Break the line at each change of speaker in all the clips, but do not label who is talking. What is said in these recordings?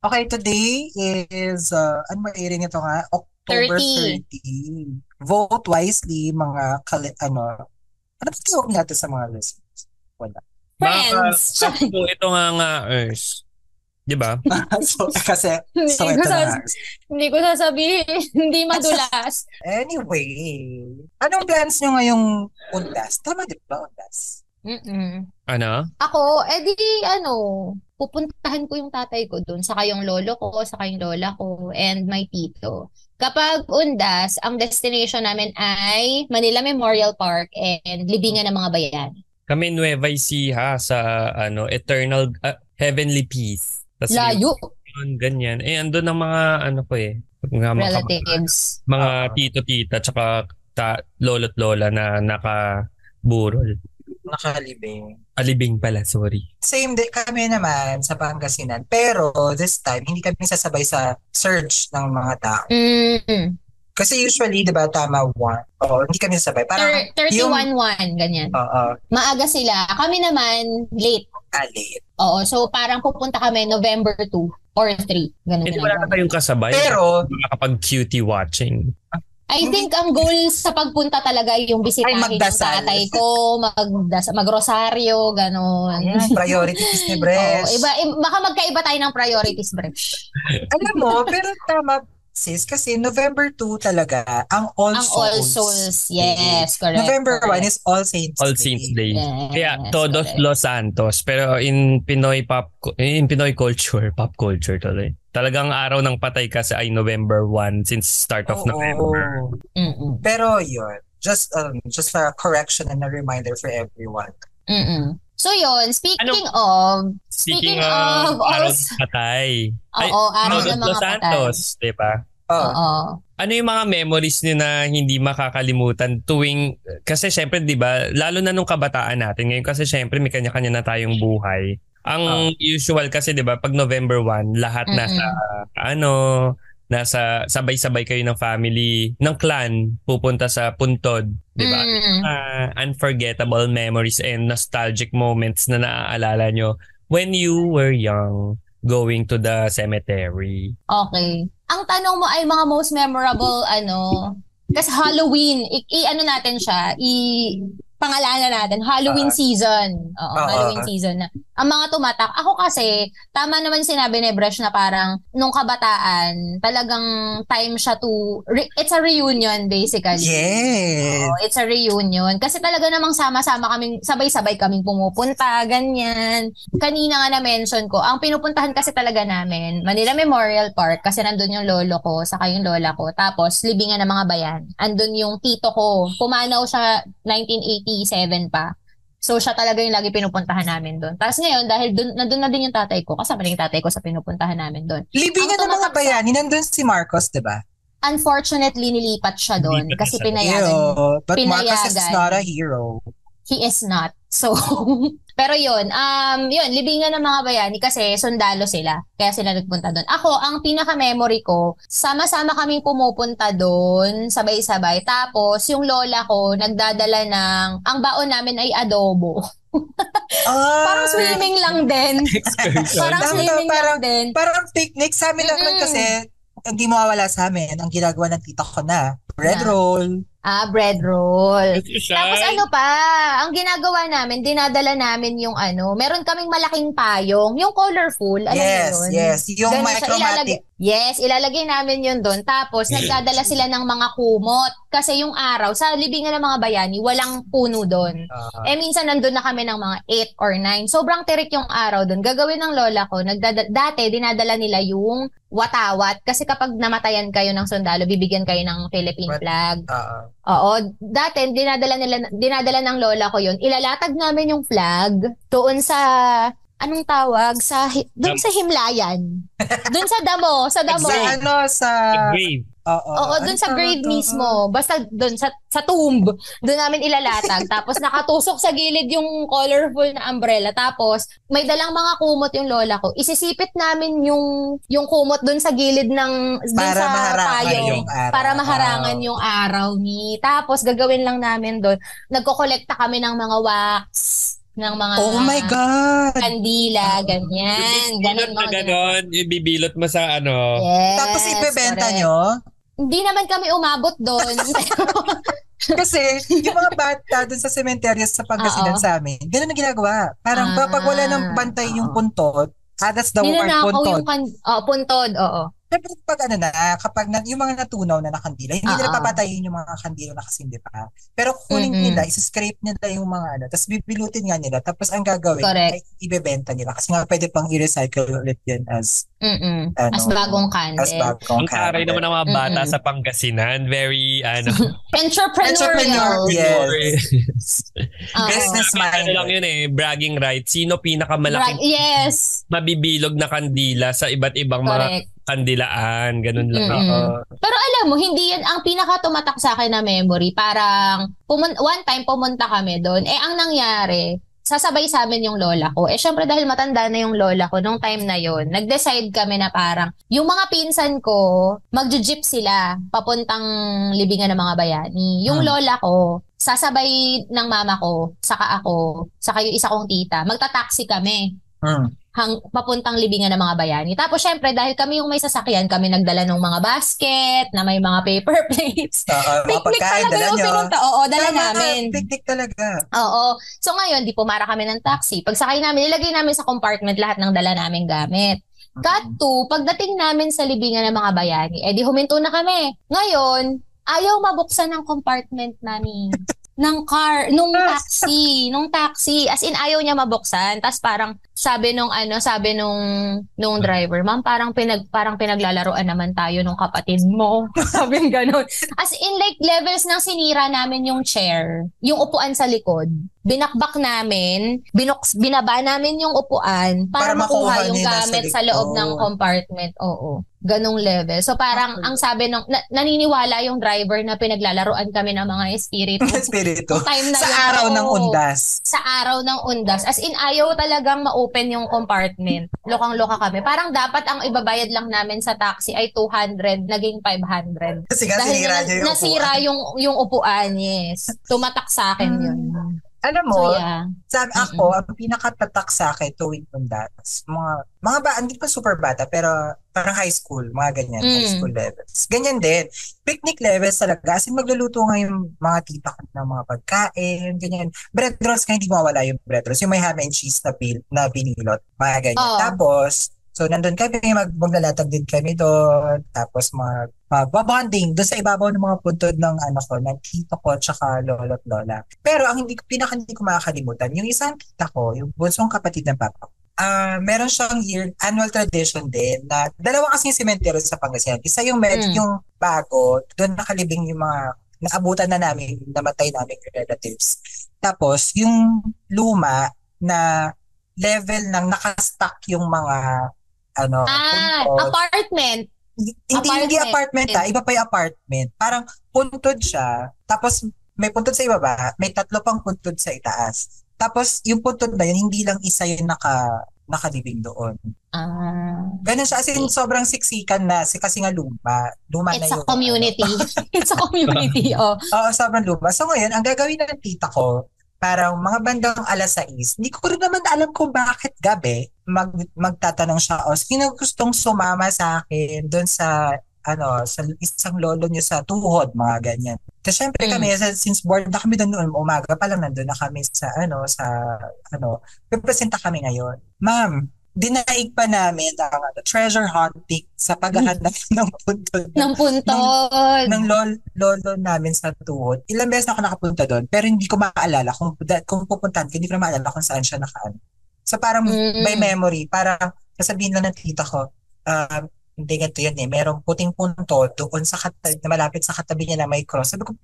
Okay, today is, uh, ano ba airing ito nga? October
30.
30. Vote wisely, mga, kali- ano, ano ba tawag natin sa mga listeners?
Friends.
Baka, ako ito nga nga, Ers. Di ba?
so, kasi,
Hindi
so
ko,
ito na.
sas- hindi ko sasabihin. hindi madulas.
Anyway, anong plans nyo ngayong undas? Tama di ba, undas?
Mm-mm.
Ano?
Ako, edi ano, pupuntahan ko yung tatay ko dun, saka yung lolo ko, saka yung lola ko, and my tito. Kapag undas, ang destination namin ay Manila Memorial Park and Libingan ng mga bayan.
Kami Nueva Ecija sa ano, Eternal ah, Heavenly Peace. Tas
Layo,
Yun, ganyan. Eh, andun ang mga ano ko eh. Mga mga,
relatives.
mga
Ah.
tito-tita tsaka ta, lolo't lola na nakaburol.
Nakalibing.
Alibing pala, sorry.
Same day kami naman sa Pangasinan. Pero this time, hindi kami sasabay sa surge ng mga tao.
Mm,
Kasi usually, di ba, tama one. Oo, hindi kami sasabay. Parang,
Thir- 31-1, ganyan.
oo,
Maaga sila. Kami naman, late.
alit.
Oo, so parang pupunta kami November 2 or 3. Ganun
Hindi wala na
ganun.
tayong kasabay.
Pero,
Nakakapag cutie watching.
I think ang goal sa pagpunta talaga yung bisitahin
Hmm. Ay,
yung
magdasal.
tatay ko, magdasal, magrosaryo, ganun.
ayan, priorities ni Bresh.
Oo, iba, i- baka magkaiba tayo ng priorities, Brent.
Alam mo, pero tama, sis, kasi November 2 talaga, ang All
Ang
Souls.
All Souls, yes, correct.
November
correct.
1 is All Saints
All Saints Day.
Yes,
Kaya todos
correct.
Los Santos pero in Pinoy pop in Pinoy culture, pop culture tuloy. Talagang araw ng patay kasi ay November 1 since start of
Oo.
November.
Mm-mm.
Pero yun, just um just a correction and a reminder for everyone.
Mm-mm. So
Ano?
yun, speaking of, Speaking
Speaking, of,
of
araw
All-
ng patay. Ay,
oo, araw
todos
ng mga
Los Santos,
patay.
'di ba?
Oh,
Oo.
ano yung mga memories niyo na hindi makakalimutan tuwing kasi syempre 'di ba lalo na nung kabataan natin ngayon kasi syempre may kanya-kanya na tayong buhay. Ang usual kasi 'di ba pag November 1 lahat
Mm-mm.
nasa ano nasa sabay-sabay kayo ng family ng clan pupunta sa puntod 'di ba?
Mm.
uh, unforgettable memories and nostalgic moments na naaalala nyo when you were young going to the cemetery.
Okay. Ang tanong mo ay mga most memorable ano, kasi Halloween, i, i- ano natin siya, i pangalanan natin, Halloween
Ah.
season. Oo,
Ah, ah,
Halloween
ah.
season na. Ang mga tumatak, ako kasi, tama naman sinabi ni Brush na parang nung kabataan, talagang time siya to, re- it's a reunion basically.
yes.
Oo, it's a reunion. Kasi talaga namang sama-sama kaming, sabay-sabay kaming pumupunta, ganyan. Kanina nga na-mention ko, ang pinupuntahan kasi talaga namin, Manila Memorial Park, kasi nandun yung lolo ko, saka yung lola ko. Tapos, libingan ng mga bayan. Andun yung tito ko. Pumanaw siya 1987 pa. So, siya talaga yung lagi pinupuntahan namin doon. Tapos ngayon, dahil dun, nandun na din yung tatay ko, kasama din yung tatay ko sa pinupuntahan namin doon.
Libingan ng
Ang
mga
tumatak-
bayani, nandun si Marcos, di ba?
Unfortunately, nilipat siya doon
Nilipat
kasi
siya doon.
pinayagan
Ew, but Marcos is
Pinayagan.
not a hero.
he is not. So, pero yun, um, yun, libingan ng mga bayani kasi sundalo sila. Kaya sila nagpunta doon. Ako, ang pinaka-memory ko, sama-sama kaming pumupunta doon, sabay-sabay. Tapos, yung lola ko, nagdadala ng, ang baon namin ay adobo.
Ah,
Parang swimming lang din.
Excursion.
Parang
Tama,
swimming lang
parang-
din.
Parang picnic sa amin naman
Mm-mm.
kasi hindi mawawala sa amin ang ginagawa ng tita ko na bread
Na.
roll.
Ah, bread roll. Tapos
Shy.
ano pa, ang ginagawa namin, dinadala namin yung ano, meron kaming malaking payong, yung colorful, alam niyo
yes,
yun?
yes. Yung
Ganun siya,
micromatic.
ilalagay- yes, ilalagay namin yun doon. Tapos, nagdadala sila ng mga kumot. Kasi yung araw, sa libingan ng mga bayani, walang puno doon.
Ah,
Eh, minsan nandun na kami ng mga 8 or 9. Sobrang tirik yung araw doon. Gagawin ng lola ko, nagdada- dati dinadala nila yung watawat. Kasi kapag namatayan kayo ng sundalo, bibigyan kayo ng
What?
Philippine flag.
ah,
Oo, dati dinadala nila dinadala ng lola ko 'yun. Ilalatag namin yung flag doon sa anong tawag sa hi- doon
Dam-
sa himlayan. doon sa damo, sa damo.
sa
Exact.
ano, sa...
Grave.
Oo,
eh. Oo,
ano
doon sa
tawag
grave
doon?
mismo. Basta doon sa sa tomb, doon namin ilalatag. Tapos nakatusok sa gilid yung colorful na umbrella. Tapos may dalang mga kumot yung lola ko. Isisipit namin yung yung kumot doon sa gilid ng doon
Para
sa
maharangan
payong.
yung araw.
Para maharangan yung araw ni. Tapos gagawin lang namin doon, nagkokolekta kami ng mga wax, ng mga
Oh my God!
kandila, ganyan. Ganun
Bilot na
mga ganun.
ganon, ibibilot mo sa ano.
Yes,
Tapos ibebenta
correct.
nyo?
Hindi naman kami umabot doon.
Kasi yung mga bata dun sa sementerya sa Pangasinan
Oo.
sa amin, ganun ang ginagawa. Parang
Ah,
pag wala ng bantay yung
oo.
puntot, ah, that's the word,
Ninanakaw
puntot.
yung kan... Oh, puntod, oo.
Siyempre pag ano na, kapag na, yung mga natunaw na nakandila, hindi
Oo.
nila papatayin yung mga kandila na kasindi pa. Pero kunin
ah. Mm-mm.
nila, isiscrape nila yung mga ano, tapos bibilutin nga nila, tapos ang gagawin,
Correct.
ay ibebenta nila. Kasi nga pwede pang i-recycle ulit yan as,
Mm-mm.
ano,
As bagong candle.
as bagong
Ang
candle.
taray naman ng mga bata
Mm-mm.
sa Pangasinan. Very, ano,
Entrepreneurial.
Entrepreneur. Yes.
Oo.
Business
ano
minded.
lang yun eh, bragging rights. Sino pinakamalaking
Right, yes.
mabibilog na kandila sa iba't ibang
Correct.
mga kandilaan, ganun lang.
Mm-mm.
Oo.
Pero alam mo, hindi yan ang pinaka tumatak sa akin na memory. Parang pumun- one time pumunta kami doon. Eh ang nangyari, sasabay sa amin yung lola ko. Eh syempre dahil matanda na yung lola ko nung time na yon, nag-decide kami na parang yung mga pinsan ko, magjo-jeep sila papuntang libingan ng mga bayani.
Hmm.
Yung lola ko, sasabay ng mama ko, saka ako, saka yung isa kong tita. Magta-taxi kami
Mm.
hang, papuntang libingan ng mga bayani. Tapos syempre dahil kami yung may sasakyan, kami nagdala ng mga basket na may mga paper plates.
Sa, uh, mga
Picnic
pagkain,
talaga
dala
yung
nyo.
pinunta. Oo, dala
Tama na,
namin.
Picnic talaga.
Oo. So ngayon, di pumara kami ng taxi. Pagsakay namin, nilagay namin sa compartment lahat ng dala namin gamit. Cut to, pagdating namin sa libingan ng mga bayani, eh di huminto na kami. Ngayon, ayaw mabuksan ng compartment namin ng car, nung taxi, nung taxi. As in, ayaw niya mabuksan. Tapos parang sabi nung ano, sabi nung nung driver, ma'am, parang pinag parang pinaglalaroan naman tayo nung kapatid mo. sabi ng ganun. As in like levels ng sinira namin yung chair, yung upuan sa likod. Binakbak namin, binuks, binaba namin yung upuan para,
Para makuha
makuha yung
nila sa
gamit sa,
likod.
loob ng compartment. Oo. Ganong level. So parang ang sabi ng na- naniniwala yung driver na pinaglalaroan kami ng mga espiritu.
Espiritu.
Time na
Sa
yun,
araw ng
oo.
undas.
Sa araw ng undas. As in, ayaw talagang ma-open yung compartment. Lokang-loka kami. Parang dapat ang ibabayad lang namin sa taxi ay 200, naging 500.
Kasi nga
Dahil
sinira
nga,
niya yung
nasira
upuan.
yung, yung upuan, yes. Tumatak sa akin yun.
Hmm. Alam mo,
So yeah.
sa ako, ang pinakatatak sa akin tuwing undas, mga, mga ba, hindi pa super bata, pero parang high school, mga ganyan, high
Mm.
school levels. Ganyan din. Picnic levels talaga. As in, magluluto nga yung mga tita ko ng mga pagkain, ganyan. Bread rolls, kaya hindi mawala yung bread rolls. Yung may ham and cheese na, bil, na binilot, mga ganyan.
Oo.
Tapos, so nandun kami, mag, maglalatag din kami doon. Tapos, mag, magbabonding doon sa ibabaw ng mga puntod ng ano ko, ng tito ko tsaka lolo't lola. Pero ang hindi, pinaka hindi ko makakalimutan, yung isang tita ko, yung bunsong kapatid ng papa ko, ah meron siyang year, annual tradition din na dalawa kasi yung cemetery sa Pangasinan. Isa yung med,
Mm.
yung bago, doon nakalibing yung mga naabutan na namin, namatay namin yung relatives. Tapos, yung luma na level ng nakastack yung mga ano,
Ah,
puntod.
apartment.
Hindi, hindi
Apartment.
apartment ah. Iba pa yung apartment. Parang puntod siya. Tapos may puntod sa ibaba, may tatlo pang puntod sa itaas. Tapos yung puntod na yun, hindi lang isa yung naka, nakalibing doon.
Ah,
Ganun siya. As in, sobrang siksikan na si- kasi nga luma. Luma
it's
na
a
yun.
community. it's a community, oh.
Oo, sobrang luma. So ngayon, ang gagawin na ng tita ko, parang mga bandang alas 6, hindi ko rin naman alam kung bakit gabi mag, magtatanong siya, o sino gustong sumama sa akin doon sa ano, sa isang lolo niyo sa tuhod, mga ganyan. Tapos syempre
Mm.
kami, sa- since board na kami doon noon, umaga pa lang nandun na kami sa ano, sa ano, pipresenta kami ngayon. Ma'am, dinaig pa namin ang ano, treasure hunting sa paghahanap ng puntod ng
Ng puntod.
ng lol, lolo namin sa tuhod, ilang beses na ako nakapunta doon, pero hindi ko maaalala kung, da- kung pupuntahan ko, hindi ko na maaalala kung saan siya nakaan. So parang
Mm.
by memory, parang sasabihin lang ng tita ko, um, hindi ganito yun eh, merong puting punto doon sa katabi, na malapit sa katabi niya na may cross. Sabi ko,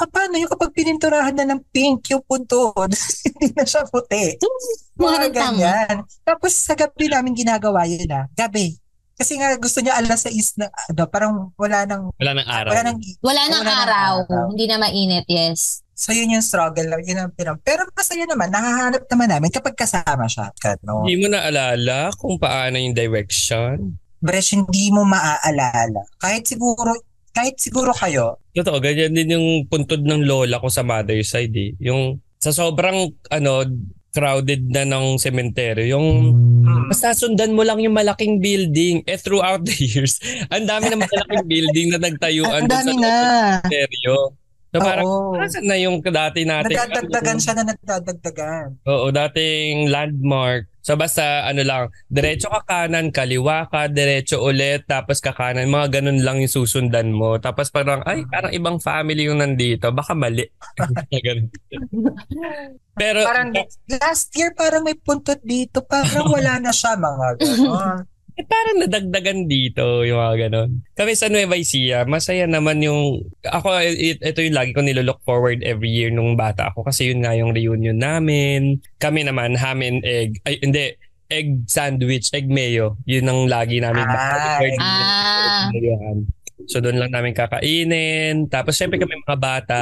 ah, paano yung kapag pininturahan na ng pink yung punto, hindi na siya puti.
Mga
Mga
tama.
ganyan. Tapos sa gabi namin ginagawa yun ah, gabi. Kasi nga gusto niya alas 6 na, ano, parang wala nang,
Wala nang araw.
wala nang
Wala nang
Wala nang
araw.
araw.
Hindi na mainit, yes.
So yun yung struggle lang, yun ang pinam. Pero masaya naman, nakahanap naman namin kapag kasama siya. Kano?
Hindi mo naalala kung paano yung direction?
Bresh, hindi mo maaalala. Kahit siguro, kahit siguro kayo,
Totoo, ganyan din yung puntod ng lola ko sa mother side eh. Yung sa sobrang ano, crowded na ng cemetery. Yung
Hmm.
basta sundan mo lang yung malaking building. Eh throughout the years, ang dami ng malaking building na nagtayuan
Ang
dun
dami
sa
na.
cemeteryo. So parang
Oo.
Nasaan na yung dati natin?
Nadadagdagan siya na nadadagdagan.
Oo, dating landmark. So basta ano lang, diretso ka kanan, kaliwa ka, diretso ulit, tapos ka kanan. Mga ganun lang yung susundan mo. Tapos parang, ay, parang ibang family yung nandito. Baka mali. Ganun. Pero,
Parang last year parang may puntot dito. Parang wala na siya mga gano'n.
Eh, parang nadagdagan dito yung mga ganon. Kami sa Nueva Ecija, masaya naman yung... Ako, i- ito yung lagi ko nilolook forward every year nung bata ako kasi yun nga yung reunion namin. Kami naman, ham and egg. Ay, hindi. Egg sandwich, egg mayo. Yun ang lagi
Ah,
namin. preferred
egg-
na-
Ah.
mayohan. So doon lang namin kakainin. Tapos syempre kami mga bata,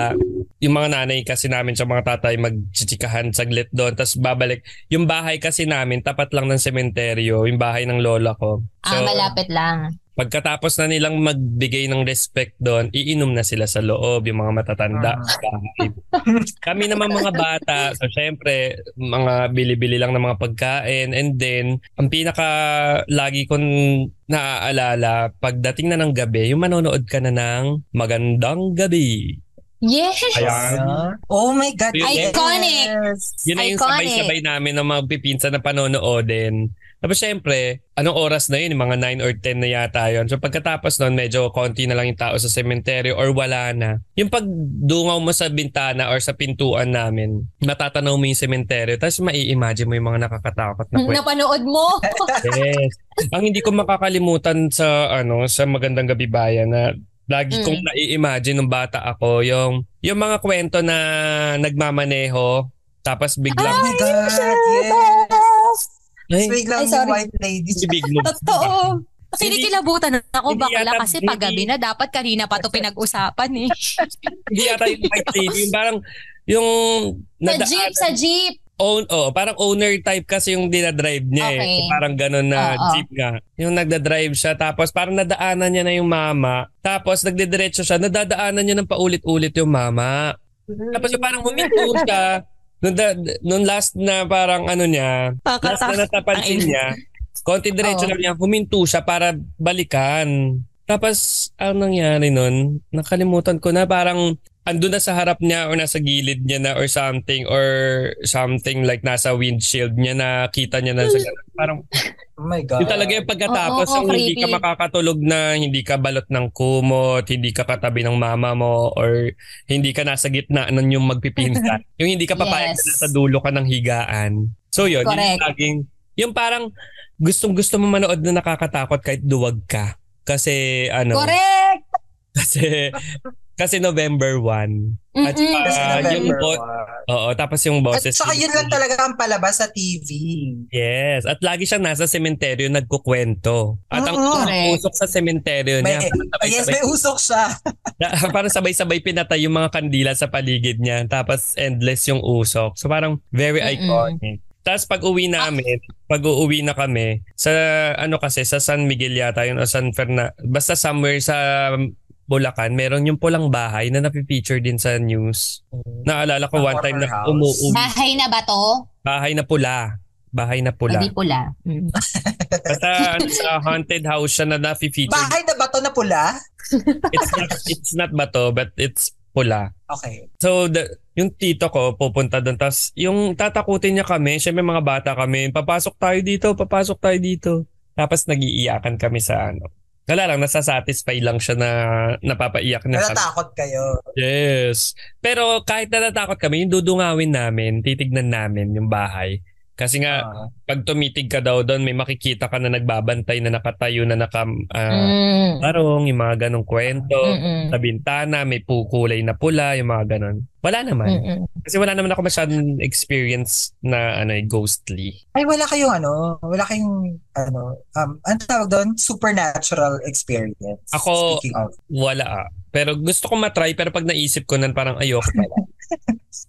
yung mga nanay kasi namin sa mga tatay magchichikahan saglit doon. Tapos babalik. Yung bahay kasi namin, tapat lang ng sementeryo. Yung bahay ng lola ko.
ah, malapit lang.
Pagkatapos na nilang magbigay ng respect doon, iinom na sila sa loob, yung mga matatanda.
Ah.
sa bahay. Kami naman mga bata, so syempre, mga bili-bili lang ng mga pagkain. And then, ang pinaka lagi kong naaalala, pagdating na ng gabi, yung manonood ka na ng magandang gabi.
Yes!
Ayan.
Oh my God.
Yun.
Iconic.
Yes.
Yun na yung
Iconic.
sabay-sabay namin ng mga pipinsan na panonoodin. Tapos syempre, anong oras na yun? Yung Mga 9 or 10 na yata yun. So pagkatapos nun, medyo konti na lang yung tao sa sementeryo or wala na. Yung pagdungaw mo sa bintana or sa pintuan namin, matatanaw mo yung sementeryo. Tapos mai-imagine mo yung mga nakakatakot na kwento.
Mm, Napanood mo?
Oh
Yes. Ang hindi ko makakalimutan sa ano sa magandang gabi bayan na lagi
Mm.
kong nai-imagine nung bata ako yung yung mga kwento na nagmamaneho tapos
Oh
biglang
my God. Yes.
Ah,
Ay,
Sweet lang
Ay,
yung
sorry.
white lady.
si Big Moves.
Totoo. Kinikilabutan ako
Hindi
bakla
yata-
kasi pag gabi
hindi-
na dapat kanina pa to pinag-usapan eh.
Hindi yata yung white lady. Yung parang yung
sa
nadaan-
jeep, sa jeep.
own, oh, parang owner type kasi yung dinadrive niya eh.
Okay.
So, parang ganun na
Oo.
jeep nga. Yung nagdadrive siya tapos parang nadaanan niya na yung mama. Tapos nagdidiretso siya, nadadaanan niya ng paulit-ulit yung mama. Tapos yung parang huminto siya. Nung, da, nung last na parang ano niya, last na
Nakakatakot.
natapansin
Ay.
niya, konti diretso
Oo.
lang niya, huminto siya para balikan. Tapos, ang nangyari nun, nakalimutan ko na parang andun na sa harap niya or nasa gilid niya na or something or something like nasa windshield niya na kita niya na sa parang
Oh my God.
yung talaga yung pagkatapos
Oo,
yung hindi
creepy.
ka makakatulog na hindi ka balot ng kumot, hindi ka katabi ng mama mo or hindi ka nasa gitna ng yung magpipinsan. yung hindi ka papayag
Yes.
na sa dulo ka ng higaan. So yun, yun yung
Correct.
laging yung parang gustong gusto mo manood na nakakatakot kahit duwag ka. Kasi ano,
Correct!
kasi kasi November 1. At
Mm-mm.
saka
Kasi
Ah,
November
yung bo-
one.
Oo, tapos yung
At
boses.
saka yun lang talaga ang palabas sa TV.
Yes, at lagi siyang nasa sementeryo nagkukwento. At ang
Oo.
usok sa sementeryo
May-
niya, parang sabay-sabay-
Yes, may usok siya.
Na- parang sabay-sabay pinatay yung mga kandila sa paligid niya. Tapos endless yung usok. So parang very
Mm-mm.
iconic. Tapos pag uwi namin, pag uuwi na kami, sa ano kasi, sa San Miguel yata yun o San Fernando, basta somewhere sa Bulacan, meron yung pulang bahay na napipicture din sa news. Naalala ko
Sa
one time na
corner house.
umuwi,
Bahay na ba to?
bahay na pula. Bahay na
Pula.
pula.
Hindi pula. Mm.
Ah. Basta ano, sa haunted house siya na napipicture.
Bahay na bato na pula?
It's not, it's not bato, but it's pula.
Okay.
So, the, yung tito ko pupunta doon. Tapos, yung tatakutin niya kami, syempre mga bata kami, papasok tayo dito, papasok tayo dito. Tapos, nagiiyakan kami sa ano. Wala lang, nasasatisfy lang siya na napapaiyak na kami.
Natatakot kayo.
Yes. Pero kahit natatakot kami, yung dudungawin namin, titignan namin yung bahay. Kasi nga,
Ah.
pag tumitig ka daw doon, may makikita ka na nagbabantay, na nakatayo, na naka, ah,
Mm.
barong, yung mga ganong kwento.
Mm.
Mm-mm.
Sa bintana, may pukulay na pula, yung mga ganon. Wala naman.
Mm-mm.
Kasi wala naman ako masyadong experience na ano eh, ghostly.
Ay, wala kayong ano, wala kayong ano, um, ano tawag doon? Supernatural experience.
Ako-
Speaking of.
Wala ah. Pero gusto ko matry pero pag naisip ko nun parang ayoko pala.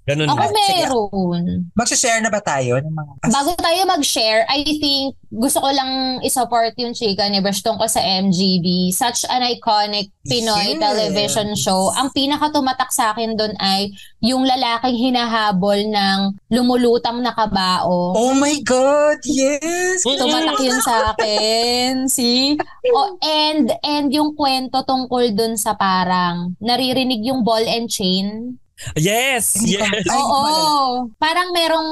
Ganun
Ako
ba?
Sige.
meron.
Magsishare na ba tayo ng mga...
Bago tayo mag-share, I think gusto ko lang isupport yung Chika ni Brush tungkol sa MGB. Such an iconic Pinoy
Yes.
television show. Ang pinakatumatak sa akin doon ay yung lalaking hinahabol ng lumulutang na kabao.
Oh my God! Yes!
Mm.
Tumatak yun sa akin. See? Oh, and, and yung kwento tungkol doon sa parang naririnig yung ball and chain.
Yes!
Hindi ko-
Yes!
Ay,
Oo.
malala.
Parang merong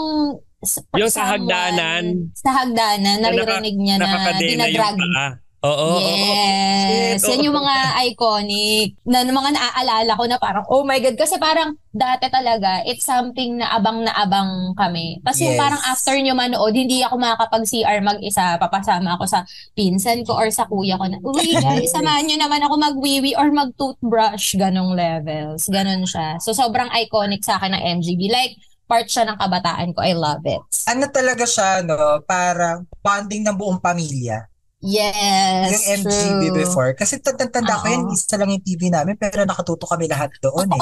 s-
Yung sa
someone-
hagdanan.
Sa hagdanan,
Na
naririnig niya na
Nakakadena yung
dinadrag.
paa. Oo, oo, oo.
yes.
Shit,
Yan
oo.
yung mga iconic na na mga naaalala ko na parang, oh my God. Kasi parang dati talaga, it's something na abang na abang kami. Tapos yung
Yes.
parang after nyo manood, hindi ako makakapag-CR mag-isa. Papasama ako sa pinsan ko or sa kuya ko na, uy guys, samahan nyo naman ako mag-wiwi or mag-toothbrush. Ganong levels. Ganon siya. So sobrang iconic sa akin ng MGB. Like, part siya ng kabataan ko. I love it.
Ano talaga siya, no? Parang bonding ng buong pamilya.
Yes,
yung MGB
true.
before. Kasi tatanda ko
Oo.
yun, isa lang yung TV namin, pero nakatuto kami lahat doon eh.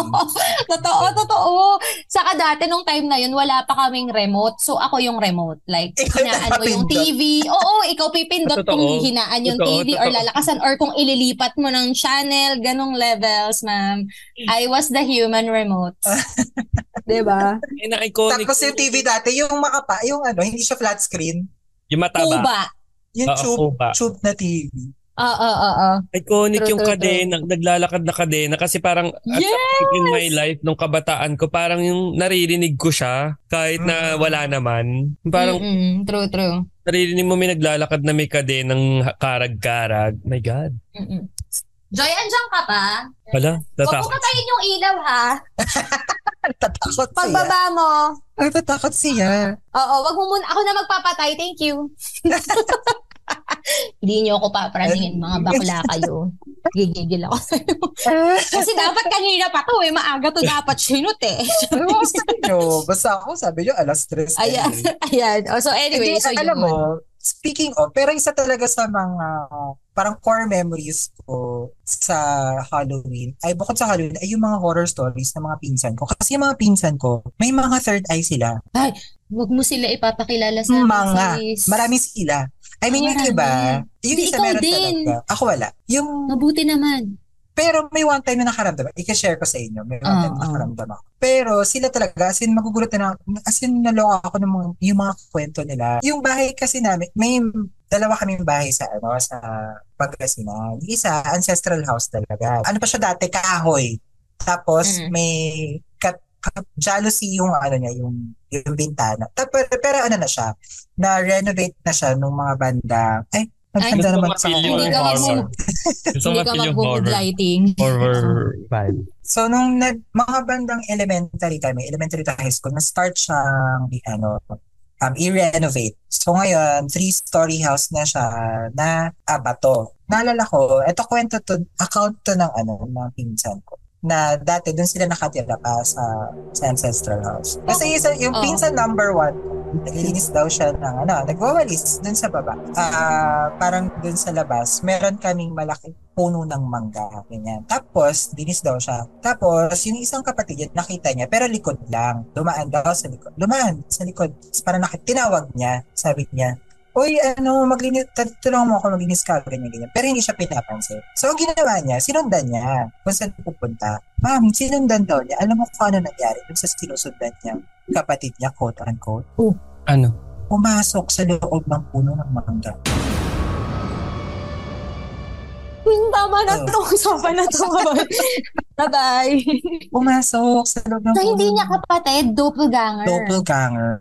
totoo, totoo. Saka dati nung time na yun, wala pa kaming remote. So ako yung remote. Like,
Ikaw na
hinaan mo yung
papindot.
TV. Oo, ikaw pipindot
Totoo.
kung hinaan yung
Totoo,
TV or
totoo.
lalakasan or kung ililipat mo ng channel. Ganong levels, ma'am. I was the human remote. diba?
Ay, na iconic.
Tapos yung TV dati, yung makapa, yung ano, hindi siya flat screen,
Yung mataba.
Cuba.
yung
Ah, Oo,
tube,
kuba.
tube na TV.
Oo, oo, oo.
Iconic
True,
yung
true,
kadena, naglalakad na kadena kasi parang at
Yes!
some point in my life nung kabataan ko, parang yung naririnig ko siya kahit
Mm.
na wala naman.
Mm.
Parang
Mm-mm, true, true.
naririnig mo may naglalakad na may kadenang karag-karag. My God.
Mm-mm. Joy, andyan ka pa?
Wala,
Huwag mo
natakot.
patayin yung ilaw, ha?
Tatakot siya.
Pagbaba mo.
Ay, tatakot siya.
Oo, wag mo muna. Ako na magpapatay. Thank you. Hindi niyo ako papraningan. Mga bakla kayo. Gigigil ako sa'yo. Kasi dapat kanina pa to eh. Maaga to dapat sinut eh.
Ano ba gusto niyo? Basta ako, sabi niyo, alas tres. na
Ayan.
yun.
Ayan. Oh, so anyway,
Hindi,
so
alam
yun.
mo, speaking of, pero isa talaga sa mga uh, parang core memories ko sa Halloween, ay bukod sa Halloween, ay yung mga horror stories ng mga pinsan ko. Kasi yung mga pinsan ko, may mga third eye sila.
Wag mo sila ipapakilala sa akin,
Mga.
sis.
Marami sila. I mean, yung
Marami.
iba, yung
Hindi,
isa
ikaw
meron
din.
talaga. Ako wala. Yung
Mabuti naman.
pero may one time na nakaramdam. Ika-share ko sa inyo. May one
Ah,
time na
ah.
nakaramdam ako. Pero sila talaga, as in, magugulat na na, as in, naloka ako ng mga, yung mga kwento nila. Yung bahay kasi namin, may dalawa kaming bahay sa, ano, sa Pagkasinan. Yung Isa, ancestral house talaga. Ano pa siya dati? Kahoy. Tapos,
Mm.
may kat, kat- jealousy yung ano niya, yung yung bintana. Tapos, pero, pero ano na siya, na-renovate na siya nung mga banda. Ay,
Gusto
nagtanda
ko
naman sa
ma-feel yung
Hindi ka
horror.
mag-
Gusto ko
Hindi ka
ma-feel yung
mag-mood
horror.
lighting.
Horror vibe.
So, nung nag, mga bandang elementary kami, elementary tayo high school, na-start siyang, i- ano, um, i-renovate. So, ngayon, three-story house na siya na abato. Naalala ko, eto kwento to, account to ng, ano, ng pinsan ko na dati doon sila nakatira pa sa, sa ancestral house. Kasi yung, isa- yung
Oh.
pinsan number one, naglilinis daw siya ng ano, nagwawalis doon sa baba. Ah, parang doon sa labas, meron kaming malaking puno ng mangga, ganyan. Tapos, dinis daw siya. Tapos, yung isang kapatid niya, nakita niya, pero likod lang. Dumaan daw sa likod. Dumaan sa likod. Tapos parang nakit- tinawag niya, sabi niya, Uy, ano, maglinis, tat- tulungan mo ako maglinis ka, ganyan, ganyan. Pero hindi siya pinapansin. So, ang ginawa niya, sinundan niya kung saan pupunta. Ma'am, sinundan daw niya. Alam mo kung ano nangyari dun sa sinusundan niya kapatid niya, quote-unquote
Ano?
pumasok sa loob ng puno ng mangga.
Yung tama na
Oh.
to. Sobrang na to. Bye-bye.
Pumasok sa loob ng
So,
puno
hindi niya
ng
kapatid, doppelganger.
doppelganger.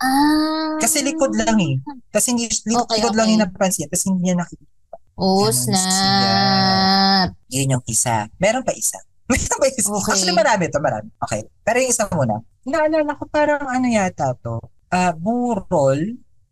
Ah.
Kasi likod lang eh. Kasi hindi, likod,
Okay,
likod lang
okay.
yung napansin. Tapos hindi niya nakita.
Oh,
Ganun
snap.
Yun yung isa. Meron pa isa. Meron pa isa.
Okay.
Actually, marami to, marami. Okay. Pero yung isa muna. Naalala ko parang ano yata to. ah burol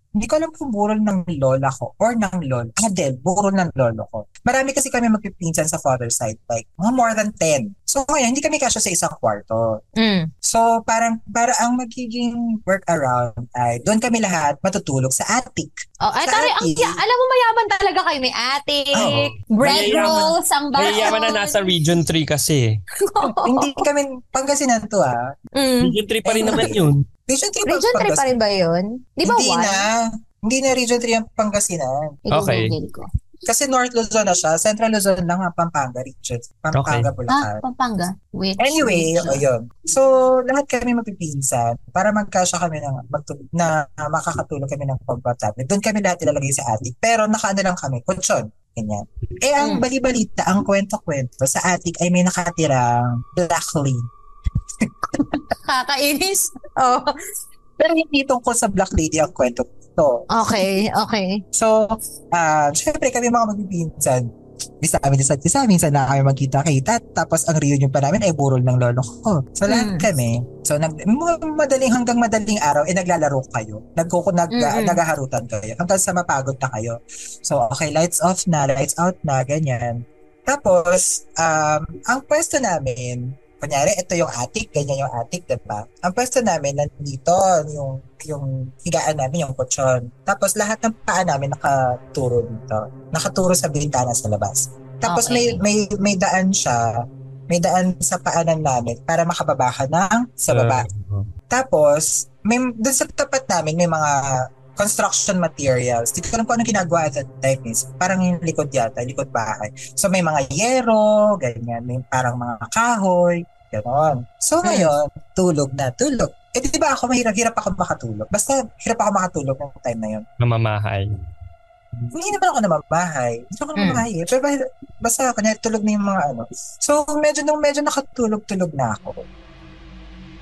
Hindi ko alam kung burol ng lola ko or ng lolo. Ah, del, burol ng lolo ko. Marami kasi kami magpipinsan sa father side. Like, mga more than 10. So ngayon, hindi kami kasya sa isang kwarto.
Mm.
So parang, para ang magiging workaround ay doon kami lahat matutulog sa attic.
Oh, ay,
Sa
tari, ang,
attic.
kya- alam mo, mayaman talaga kayo. May attic,
Oo.
bread
Mayayaman.
rolls, ang baon.
Mayayaman na nasa Region 3 kasi. eh.
hindi kami, Pangasinan to ah.
Mm.
Region 3 pa rin naman yun.
Region 3
Region 3 pa rin ba yun? Di ba
Hindi
one?
na. Hindi na Region 3 ang Pangasinan.
Okay.
I-google ko.
Kasi North Luzon na siya. Central Luzon lang ang Pampanga region. Pampanga,
Ah,
Bulacan.
Pampanga. Which
Anyway,
region?
o yun. So, lahat kami magpipinsan para magkasya kami ng, magtu- na ah, makakatulong kami ng comfortable. Doon kami lahat ilalagay sa attic. Pero nakaano lang kami, kutsyon. Ganyan. Eh, ang
Mm.
balibalita, ang kwento-kwento sa attic ay may nakatirang black lady.
Kakainis. Oh.
Pero hindi tungkol sa black lady ang kwento ko.
Okay, okay.
So, ah syempre kami mga magpipinsan. Bisa kami sa isa, minsan na kami magkita-kita. Tapos ang reunion pa namin ay burol ng lolo ko. So lahat
Mm.
kami. So nag, mga madaling hanggang madaling araw, eh naglalaro kayo. Nagkuko, nag,
Mm-mm.
nagaharutan kayo. Hanggang sa mapagod na kayo. So okay, lights off na, lights out na, ganyan. Tapos, um, ang pwesto namin, kunyari, ito yung attic, ganyan yung attic, di ba? Ang pwesto namin, nandito, yung, yung higaan namin, yung kutsyon. Tapos, lahat ng paa namin nakaturo dito. Nakaturo sa bintana sa labas. Tapos, may,
Okay.
may, may daan siya, may daan sa paanan namin para makababa ka ng sa baba.
Uh,
Tapos, may, dun sa tapat namin, may mga construction materials. Hindi ko alam kung anong ginagawa at that time is. Parang yung likod yata, likod bahay. So, may mga yero, ganyan. May parang mga kahoy, gano'n. So, ngayon, tulog na, tulog. Eh, di ba ako, mahirap, hirap ako makatulog. Basta, hirap ako makatulog ng time na yun.
mamamahay.
Hindi naman ako namamahay. Hindi ako namamahay. eh. Pero bah- basta, kunyari, tulog na yung mga ano. So, medyo nung medyo nakatulog-tulog na ako.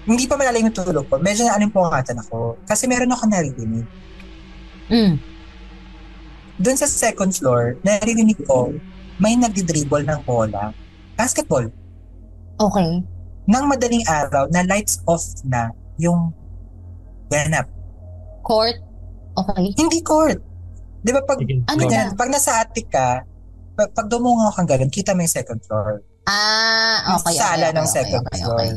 Hindi pa malalim yung tulog ko. Medyo naalimpungatan ako. Kasi meron ako naririnig.
Mm.
Doon sa second floor, naririnig ko, may nagdi-dribble ng bola. Basketball.
Okay.
Nang madaling araw, na lights off na yung ganap.
Court. Okay.
Hindi court. Di ba pag,
Sige.
Ano na?
Go.
ganyan, pag nasa attic ka, pag, pag dumungaw kang ganun, kita mo yung second floor.
Ah, okay. okay,
Sala
okay,
ng
okay,
second
okay,
floor.
okay.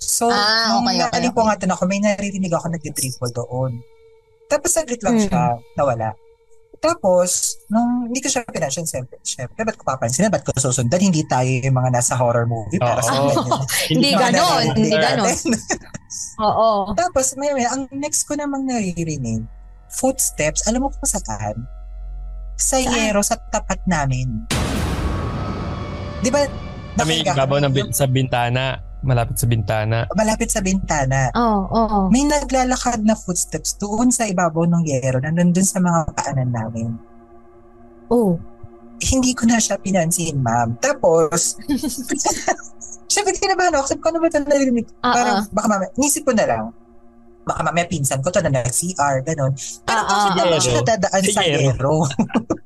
So,
Ah,
nung
okay, okay,
nakalipungatan ako, may naririnig ako nagtitriple doon. Tapos saglit lang
Hmm.
siya, nawala. Tapos, nung hindi ko siya pinansin, siyempre, siyempre, ba't ko papansin na, ba't ko susundan? Hindi tayo yung mga nasa horror movie para
Oo.
sa ganyan.
Hindi
Mga
ganon,
naririnig
hindi
natin.
ganon. Oo.
Tapos, may, may, ang next ko namang naririnig, footsteps, alam mo kung saan? Sa
Saan?
yero, sa tapat namin. Di ba,
Kami
nakahiga
ibabaw ng
kami,
bin- sa bintana. Malapit sa bintana.
malapit sa bintana.
Oo, oo.
may naglalakad na footsteps doon sa ibabaw ng yero na nandun sa mga paanan namin.
Oo.
Hindi ko na siya pinansin, ma'am. Tapos, syempre kinabahan ako. Sabi ko, ano ba ito narinig?
Ah,
Parang,
ah.
baka mamaya, nisip ko na lang. Baka mamaya pinsan ko to na nag-CR, ganun. Pero
Ah, ah,
bakit
ah.
naman siya dadaan sa
Sa yero.
yero?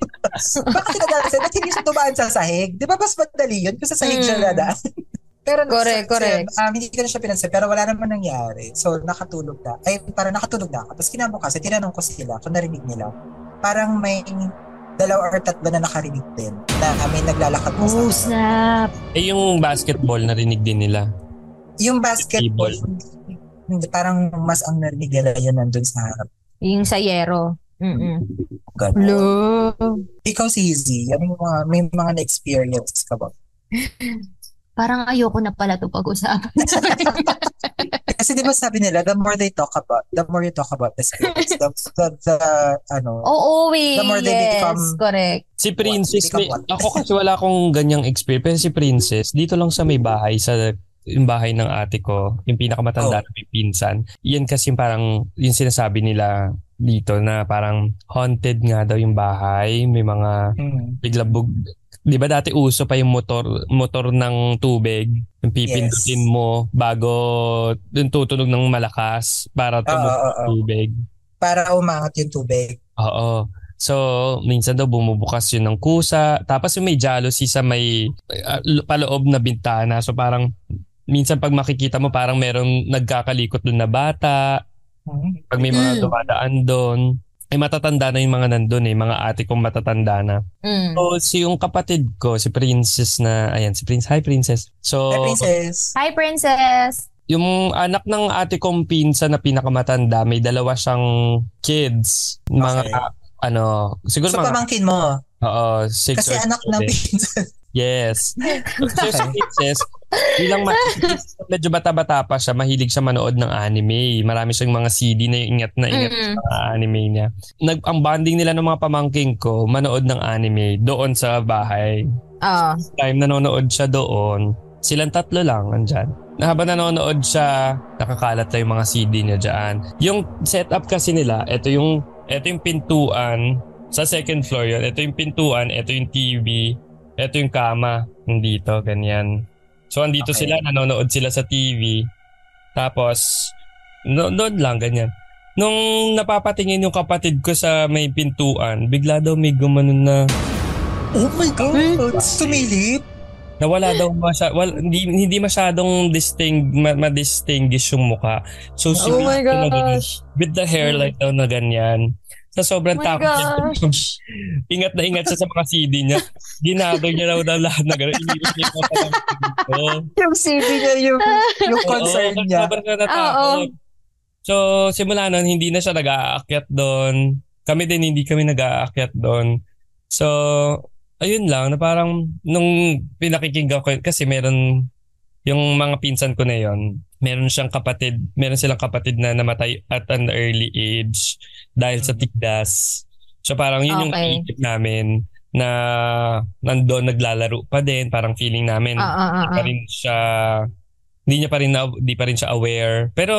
bakit nadaan sa Bakit hindi siya dumaan sa sahig? Di ba mas madali yun kung sa sahig siya
Mm.
dadaan? Pero so, so yun,
Correct, correct.
um, hindi ko na siya pinansin, pero wala naman nangyari. So, nakatulog na. Ay, parang nakatulog na ako. Tapos kinabukasan, tinanong ko sila kung narinig nila. Parang may dalawa or tatlo na nakarinig din na ah, may naglalakad na
Oh,
sa
snap.
Eh yung basketball narinig din nila.
Yung basketball, hindi- hindi, parang mas ang narinig nila yun nandun sa harap.
Yung sa yero. Mm-mm.
Ganun.
Lo.
Ikaw si Izzy, ano yung mga, may mga na-experience ka ba?
Parang ayoko na pala ito pag-usapan.
Kasi di ba sabi nila, the more they talk about, the more you talk about the spirits, the, the, the, ano,
Oo, wait.
The more they
yes,
become-
correct.
Si Princess,
Hindi ka
may-
what?
ako kasi wala akong ganyang experience. Pero si Princess, dito lang sa may bahay, sa yung bahay ng ate ko, yung
Oh.
pinakamatanda na may pinsan. Yan kasi yung parang, yung sinasabi nila dito na parang haunted nga daw yung bahay. May
Oh.
mga
mm,
bigla bug... Di ba dati uso pa yung motor motor ng tubig? Yung pipindutin
Yes.
mo bago yung tutunog ng malakas para
oo, oo,
tumunog yung
oo.
tubig.
para umangat yung tubig.
Oo. So, minsan daw bumubukas yun ng kusa. Tapos yung may jealousy sa may uh, l- paloob na bintana. So parang minsan pag makikita mo parang merong nagkakalikot doon na bata.
Mm.
Pag may
Mm.
mga dumadaan doon. ay matatanda na yung mga nandun eh, mga ate kong matatanda na.
Mm.
Oh.
So, si yung kapatid ko, si Princess na, ayan, si Prince, hi Princess. So,
The princess.
Hi, princess!
yung anak ng ate kong pinsa na pinakamatanda, may dalawa siyang kids. Mga,
Okay.
ano, siguro
So,
mga,
pamangkin mo.
oo, six
Kasi
or
anak ng
seven.
princess.
Yes. So, si Princess, bilang ma- medyo bata-bata pa siya, mahilig siya manood ng anime. Marami siyang mga CD na ingat na ingat
Mm.
sa anime niya. Nag, ang bonding nila ng mga pamangking ko, manood ng anime doon sa bahay.
Oh.
Time nanonood siya doon, silang tatlo lang andyan. Na Habang nanonood siya, nakakalat na yung mga CD niya dyan. Yung setup kasi nila, ito yung, ito yung pintuan, sa second floor yun, ito yung pintuan, ito yung TV, ito yung kama, nandito, ganyan. So, andito
Okay.
sila, nanonood sila sa TV. Tapos, no, noon lang, ganyan. Nung napapatingin yung kapatid ko sa may pintuan, bigla daw may gumanon na
Oh my God! Sumilip?
Nawala daw masya, wal, hindi, hindi masyadong disting, ma, ma-distinguish yung mukha. So, si
Oh my
Pete na ganyan,
gosh! Mm.
with the hair like daw na ganyan. Sa sobrang
Oh my
takot niya. ingat na ingat siya sa mga CD niya. Ginagaw niya raw daw lahat na gano'n. Iniwan niya yung mga pamangkin ko.
Yung CV niya, yung, yung concern
Oo,
niya.
Sobrang natatakot. So, simula nun, hindi na siya nag-aakyat doon. Kami din, hindi kami nag-aakyat doon. So, ayun lang, na parang nung pinakikinggan ko, kasi meron yung mga pinsan ko na yon meron siyang kapatid, meron silang kapatid na namatay at an early age dahil
Mm.
sa tigdas. So parang yun yung
Okay.
naisip namin na nandoon naglalaro pa din, parang feeling namin
Ah, ah, ah,
pa
ah.
rin siya hindi niya pa rin na, di pa rin siya aware. Pero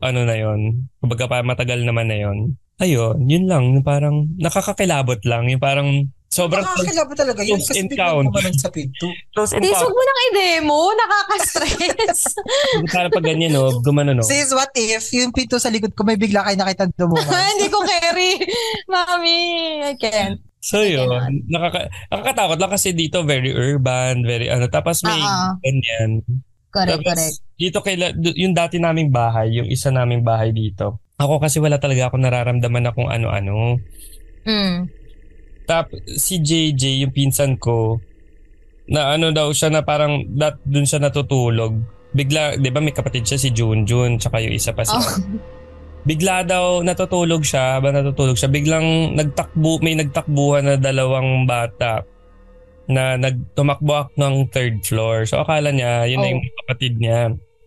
ano na 'yon? Kumbaga pa matagal naman na 'yon. Ayun, yun lang, yung parang nakakakilabot lang, yung parang sobrang
Nakakakilaba talaga yun
Close
kasi biglang
encounter.
kumanan sa pinto.
close and
Tis,
power.
huwag mo nang i-demo. Nakaka-stress.
Parang pag ganyan, no, gumano, no.
Sis, what if yung pinto sa likod ko may bigla kayo nakita Oh dumungan?
Ah, Hindi ko carry. Mami, I can't.
So yun, nakaka- nakakatakot lang kasi dito very urban, very ano. Tapos may
Oo.
ganyan.
Ah, Correct,
Tapos,
correct.
Dito kay la- d- yung dati naming bahay, yung isa naming bahay dito. Ako kasi wala talaga ako nararamdaman na kung ano-ano.
Mm.
Tap si JJ, yung pinsan ko, na ano daw siya na parang dat, dun siya natutulog. Bigla, 'di ba may kapatid siya si Junjun, tsaka yung isa pa si
Oh.
bigla daw natutulog siya, ba natutulog siya, biglang nagtakbo, may nagtakbuhan na dalawang bata na nagtumakbo ng third floor. So akala niya, yun na
Oh.
yung kapatid niya.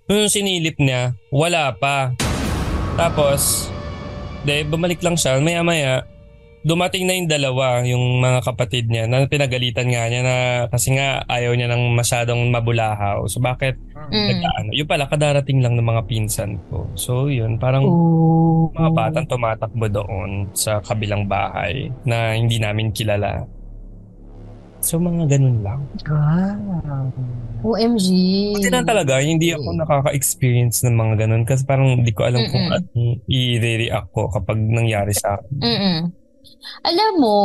Nung sinilip niya, wala pa. Tapos, de, bumalik lang siya. Maya maya, dumating na yung dalawa, yung mga kapatid niya, na pinagalitan nga niya na kasi nga ayaw niya ng masyadong mabulahaw. So bakit
Mm.
nagkaano? Yung pala, kadarating lang ng mga pinsan ko. So yun, parang mga batang tumatakbo doon sa kabilang bahay na hindi namin kilala. So mga ganun lang.
OMG.
Kasi lang
Hmm.
talaga, hindi ako nakaka-experience ng mga ganun kasi parang hindi ko alam kung
Mm-mm.
anong i-react ko kapag nangyari sa akin.
Mm-mm. Alam mo,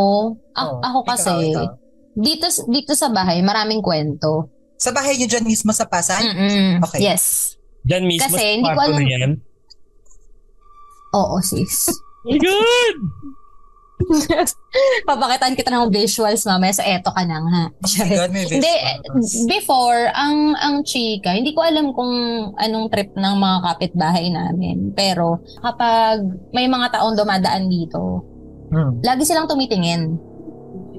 a-
Oo.
Ah, ako
Oh, Ikaw,
kasi,
ikaw.
dito dito sa bahay, maraming kwento.
Sa bahay niyo dyan mismo sa
Mm.
Pasay?
Mm-mm.
Okay.
Yes.
Diyan mismo
Kasi
sa
hindi ko
kwarto na
alam-
yan.
Oo, sis.
Oh my God!
Papakitaan kita ng visuals mamaya, so eto ka na nga.
Oh my God, may
Hindi, eh,
vegetables.
before, ang ang chika, hindi ko alam kung anong trip ng mga kapitbahay namin. Pero kapag may mga taong dumadaan dito,
Hmm.
lagi silang tumitingin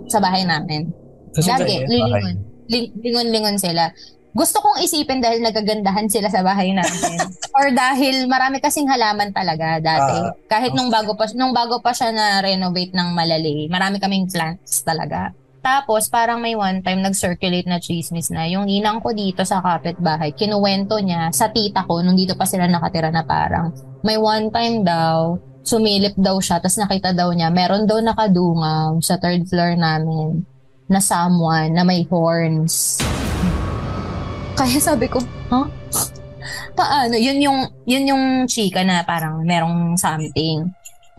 sa bahay namin.
Kasi
Lagi,
sa
lilingon.
bahay.
Ling- Lingon-lingon sila. Gusto kong isipin dahil nagagandahan sila sa bahay namin. Or dahil marami kasing halaman talaga dati.
Ah,
Kahit nung bago pa nung bago pa siya na renovate ng Malali, marami kaming plants talaga. Tapos parang may one time nag-circulate na chismis na yung ninang ko dito sa kapitbahay, kinuwento niya sa tita ko nung dito pa sila nakatira na parang may one time daw sumilip daw siya tapos nakita daw niya meron daw nakadungaw sa third floor namin na someone na may horns. Kaya sabi ko, huh? Paano? Yun yung, yun yung chika na parang merong something.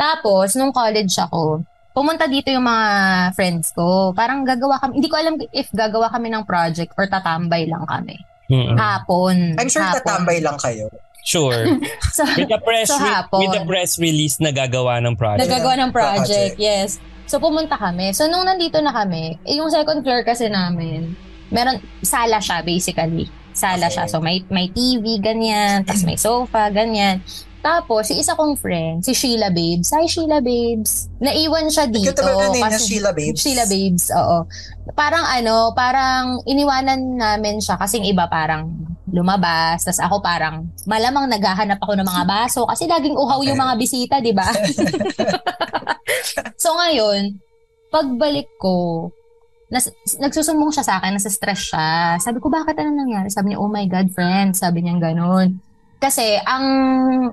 Tapos, nung college ako, pumunta dito yung mga friends ko. Parang gagawa kami, hindi ko alam if gagawa kami ng project or tatambay lang kami.
Mm-mm.
Hapon.
Hmm. I'm sure
hapon.
tatambay lang kayo.
Sure.
So,
With the press,
Sa
re-
hapon.
with the press release na gagawa ng project.
nagagawa ng project,
Project.
yes. So pumunta kami. So nung nandito na kami, eh, yung second floor kasi namin, meron, sala siya basically. Sala
Okay.
siya. So may, may TV, ganyan. Tapos may sofa, ganyan. Tapos, si isa kong friend, si Sheila Babes. Hi, Sheila Babes. Naiwan siya dito.
Cute naman yung name niya,
kasi-
Sheila Babes.
Sheila Babes, oo. Parang ano, parang iniwanan namin siya kasing iba parang lumabas. Tapos ako parang malamang naghahanap ako ng mga baso kasi laging uhaw yung mga bisita, di ba? so ngayon, pagbalik ko, nas, nagsusumbong siya sa akin, nasa stress siya. Sabi ko, bakit ano nangyari? Sabi niya, oh my God, friend. Sabi niya ganun. Kasi ang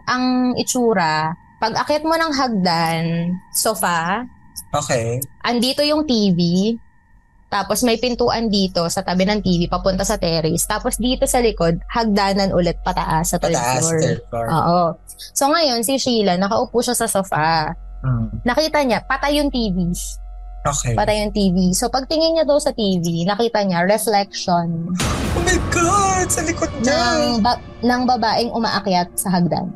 ang itsura, pag akit mo ng hagdan, sofa,
Okay.
andito yung TV, tapos may pintuan dito sa tabi ng TV papunta sa terrace. Tapos dito sa likod, hagdanan ulit pataas sa third
Pataas,
floor.
third floor.
Oo. So ngayon, si Sheila, nakaupo siya sa sofa.
Hmm.
Nakita niya, patay yung TV.
Okay.
Patay yung TV. So pagtingin niya daw sa TV, nakita niya reflection
Oh my God! Sa likod
ng,
niya!
ba- ng babaeng umaakyat sa hagdan.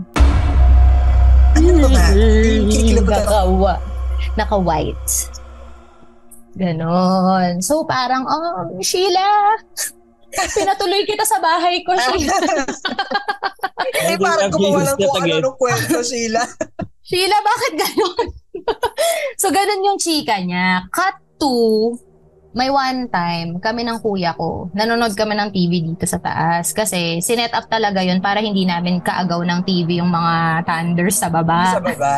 Ano ba ba? Yung kinikilabutan ako.
Gagawa. Naka-white. Ganon. So parang, oh, Sheila! Pinatuloy kita sa bahay ko, Sheila.
Eh, parang gumawa lang kung ano nung kwento, Sheila.
Sheila, bakit ganon? so ganon yung chika niya. Cut to, may one time, kami ng kuya ko, nanonood kami ng TV dito sa taas. Kasi sinet up talaga yun para hindi namin kaagaw ng TV yung mga thunders sa baba.
Sa baba.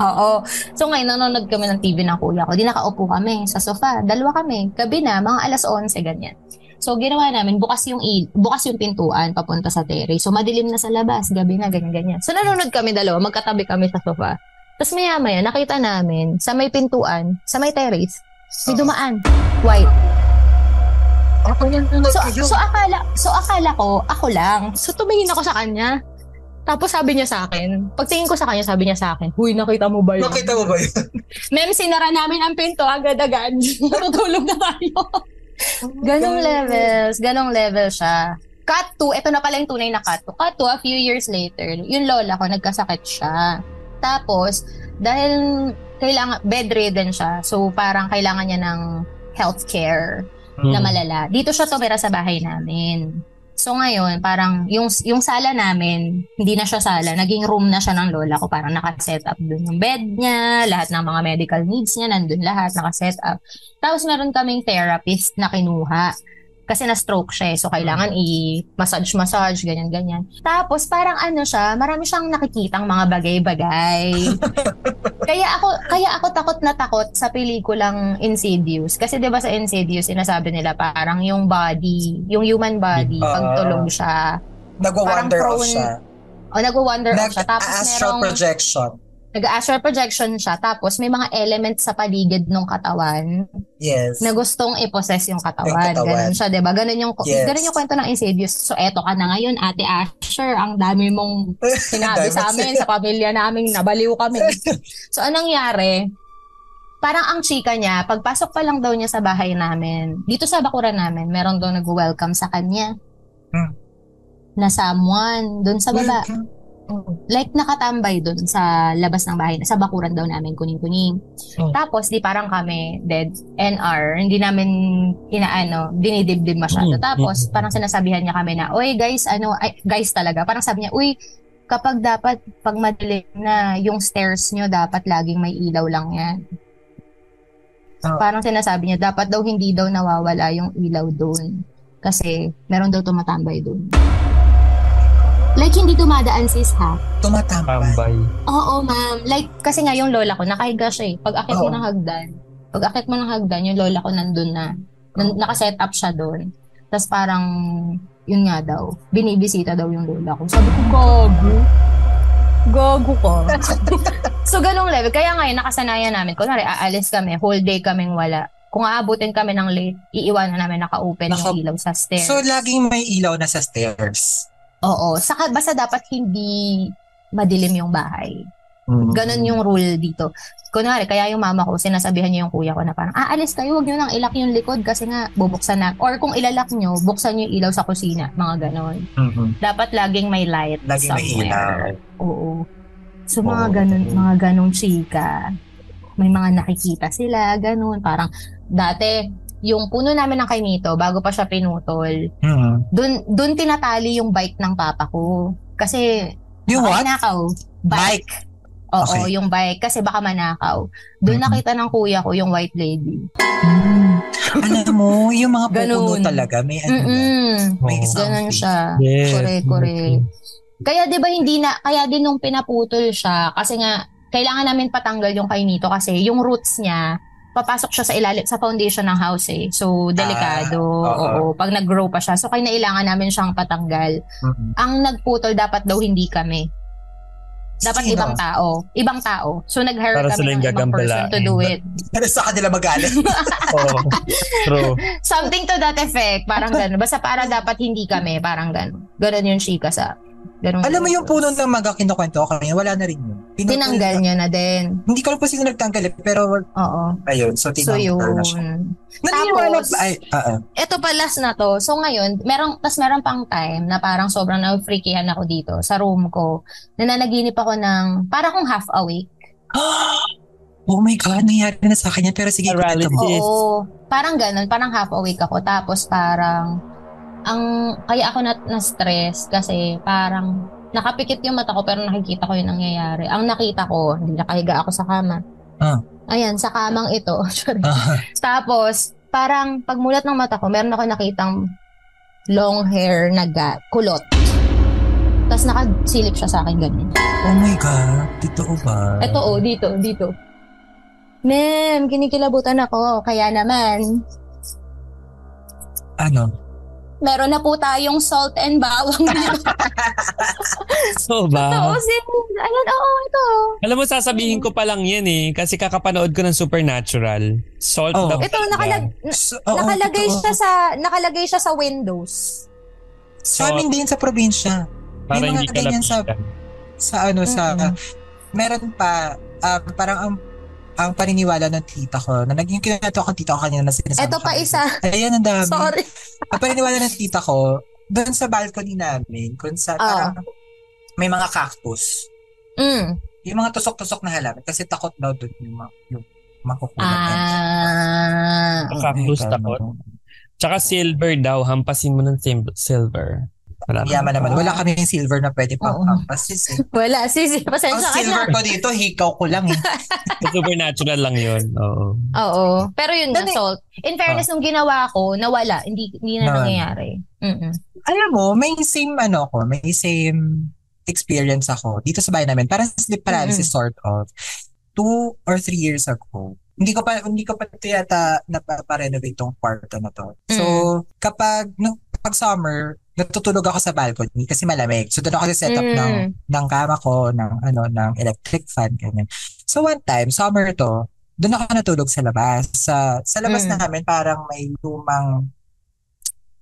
Oo. So ngayon, nanonood kami ng TV ng kuya ko. Di nakaupo kami sa sofa. Dalawa kami. Gabi na, mga alas 11, ganyan. So ginawa namin, bukas yung, il- bukas yung pintuan papunta sa terrace. So madilim na sa labas, gabi na, ganyan-ganyan. So nanonood kami dalawa, magkatabi kami sa sofa. Tapos maya-maya, nakita namin sa may pintuan, sa may terrace, may
Oo.
dumaan. White.
Ako yung
So, so akala, so akala ko, ako lang. So tumingin ako sa kanya. Tapos sabi niya sa akin, pagtingin ko sa kanya, sabi niya sa akin, Huy, nakita mo ba yun?
Nakita mo ba yun?
Ma'am, sinara namin ang pinto agad-agad. Natutulog na tayo. Ganong levels. Ganong level siya. Cut to, ito na pala yung tunay na cut to. Cut to, a few years later, yung lola ko, nagkasakit siya. Tapos, dahil kailangan, bedridden siya, so parang kailangan niya ng healthcare
Hmm.
na malala. Dito siya tumira sa bahay namin. So ngayon, parang yung, yung sala namin, hindi na siya sala. Naging room na siya ng lola ko. Parang nakaset up dun yung bed niya, lahat ng mga medical needs niya, nandun lahat, nakaset up. Tapos meron kaming therapist na kinuha. Kasi na-stroke siya eh. So kailangan i-massage-massage, ganyan-ganyan. Tapos parang ano siya, marami siyang nakikitang mga bagay-bagay. kaya ako kaya ako takot na takot sa pelikulang Insidious kasi 'di ba sa Insidious sinasabi nila parang yung body, yung human body
Ah.
pag tulog siya
Nagwa-wonder
Parang
off
prone-
siya.
o nagwo-wonder off siya tapos
Nag-astral
merong
projection.
nag-astral projection siya tapos may mga elements sa paligid ng katawan
Yes.
na gustong i-possess yung katawan.
Yung katawan.
Ganun siya, 'di ba? Ganun yung
Yes.
ganun yung kwento ng Insidious. So eto ka na ngayon, Ate Asher, ang dami mong sinabi
Dahil
sa amin, sa pamilya naming nabaliw kami. So anong nangyari? Parang ang chika niya, pagpasok pa lang daw niya sa bahay namin, dito sa bakuran namin, meron daw nag-welcome sa kanya.
Hmm.
Na someone, doon sa baba. Mm. Like nakatambay doon sa labas ng bahay, sa bakuran daw namin, kuning-kuning.
Hmm.
Tapos di parang kami, dead, NR, hindi namin inaano, dinidibdib masyado.
Hmm.
Tapos
Hmm.
parang sinasabihan niya kami na, oy guys, ano, ay, guys talaga. Parang sabi niya, uy, kapag dapat, pag madilim na, yung stairs nyo, dapat laging may ilaw lang yan.
Ah.
Parang sinasabi niya, dapat daw hindi daw nawawala yung ilaw doon. Kasi meron daw tumatambay doon. Like, hindi dumadaan sis ha.
Tumatambay.
Tambay.
Oo, ma'am. Like, kasi nga yung lola ko, nakahiga siya eh. Pag akit mo
Oo.
ng hagdan, pag akit mo ng hagdan, yung lola ko nandun na. Nan- nakaset up siya doon. Tapos parang, yun nga daw, binibisita daw yung lola ko. Sabi ko, gago. Gago ko. so, ganong level. Kaya ngayon, nakasanayan namin. Kunwari, aalis kami, whole day kaming wala. Kung aabutin kami ng late, iiwanan namin naka-open
Naka-
yung ilaw sa stairs.
So, laging may ilaw na sa stairs.
Oo. Saka, basta dapat hindi madilim yung bahay.
Mm.
Ganon yung rule dito. Kunwari, kaya yung mama ko, sinasabihan niya yung kuya ko na parang, ah, alis kayo, wag niyo nang ilak yung likod kasi nga, bubuksan na. Or kung ilalak niyo, buksan niyo yung ilaw sa kusina. Mga ganon.
Mhm.
Dapat laging may light
Laging may ilaw.
Oo. So, mga
Oo.
ganun, mga ganong chika. May mga nakikita sila, ganun. Parang, dati, yung puno namin ng kainito, bago pa siya pinutol,
Mhm.
dun, dun tinatali yung bike ng papa ko. Kasi,
You
baka
what?
Manakaw. Bike. Oo,
Okay.
yung bike. Kasi baka manakaw. Doon
Mhm.
nakita ng kuya ko yung white lady.
Mm-hmm. Alam mo, yung mga pupuno
Ganun.
talaga, may ano yan.
Mm-mm.
May
Oo.
isang
Ganun
face.
siya.
Yes.
Correct, correct. Kaya 'di ba hindi na kaya din nung pinaputol siya kasi nga kailangan namin patanggal yung kay Nito kasi yung roots niya papasok siya sa ilalim sa foundation ng house eh. So delikado.
Ah, oo.
oo, pag nag-grow pa siya. So kailangan namin siyang patanggal.
Mhm.
Ang nagputol dapat daw hindi kami. Dapat
Sino?
ibang tao. Ibang tao. So nag-hire
Para
kami
sila yung
ng ibang person to
gagambalain.
do it.
Pero sa kanila magalit.
Oo. Oh, True.
Something to that effect. Parang gano'n. Basta para dapat hindi kami. Parang gano'n. Gano'n yung chika sa... Ganun
Alam mo yung puno ng maga kinukwento ko kanina, wala na rin yun. Pinutol
Tinanggal
na-
niya na din.
Hindi ko alam kung sino nagtanggal eh, pero
Oo.
ayun, so
So
tinanggal
yun.
na siya. Naniniwala
Tapos-
ba? Ay, ah, oo.
Ito pa last na to. So ngayon, merong, tas meron pang time na parang sobrang na-freakyhan ako dito sa room ko. Nananaginip ako ng, para kung half awake.
Oh my God, nangyari na sa akin yan. Pero sige,
Paralysis.
kwento mo.
Yes.
Oo. Parang ganun, parang half awake ako. Tapos parang, ang, kaya ako na, na-stress kasi parang, nakapikit yung mata ko pero nakikita ko yung nangyayari. Ang nakita ko, hindi nakahiga ako sa kama.
Ah.
Ayan, sa kamang ito. Sorry.
Ah,
Tapos, parang pagmulat ng mata ko, meron ako nakitang long hair na ga- kulot. Tapos nakasilip siya sa akin ganun.
oh my God, totoo ba?
Eto oh, dito, dito. Ma'am, kinikilabutan ako. Kaya naman,
Ano?
meron na po tayong salt and bawang dito.
So ba?
Totoo, sis. Ayan, oo, ito.
Alam mo, sasabihin ko pa lang yan eh. Kasi kakapanood ko ng Supernatural. Salt
Oh.
the
Ito, nakalag... na-
So, oo,
nakalagay
totoo.
siya sa nakalagay siya sa windows.
Sa amin din sa probinsya.
Para
May mga
hindi ka
ganyan sa-
lapitan.
Sa ano, sa...
Mm-mm.
Meron pa, ah, parang ang ang paniniwala ng tita ko, na naging kinato ko tita ko kanina na sinasama
Ito pa
ko.
isa.
Ayan, ang dami.
Sorry.
Ang paniniwala ng tita ko, doon sa balcony namin, kung sa
Ah.
parang may mga cactus.
Mm.
Yung mga tusok-tusok na halaman kasi takot daw doon yung, ma- yung makukulat.
Ah.
Oh my
Cactus
God.
takot? Tsaka silver daw. Hampasin mo ng sim- silver. Wala na.
Yaman naman. Wala kami yung silver na pwede pang
Oo. ano,
hampasis. Eh.
Wala,
Ang
sis. Pasensya ka na.
Oh, silver ko dito, hikaw ko lang. Eh.
Supernatural lang yun. Oo.
Oo. Pero yun na,
Dali.
salt. In
Ah.
fairness, nung ginawa ko, nawala. Hindi, hindi na
Nawala.
nangyayari. Mm-mm.
Alam mo, may same ano ko, may same experience ako dito sa bahay namin. Parang sleep
Mm-hmm.
paralysis sort of. Two or three years ago. Hindi ko pa hindi ko pa ito yata napaparenovate tong kwarto na to. So,
Mm.
kapag no, pag summer, natutulog ako sa balcony kasi malamig. So, doon ako sa setup ng
Mm.
ng kama ko, ng ano, ng electric fan, ganyan. So one time, summer to, doon ako natulog sa labas. Sa, sa labas
Mm.
namin, parang may lumang,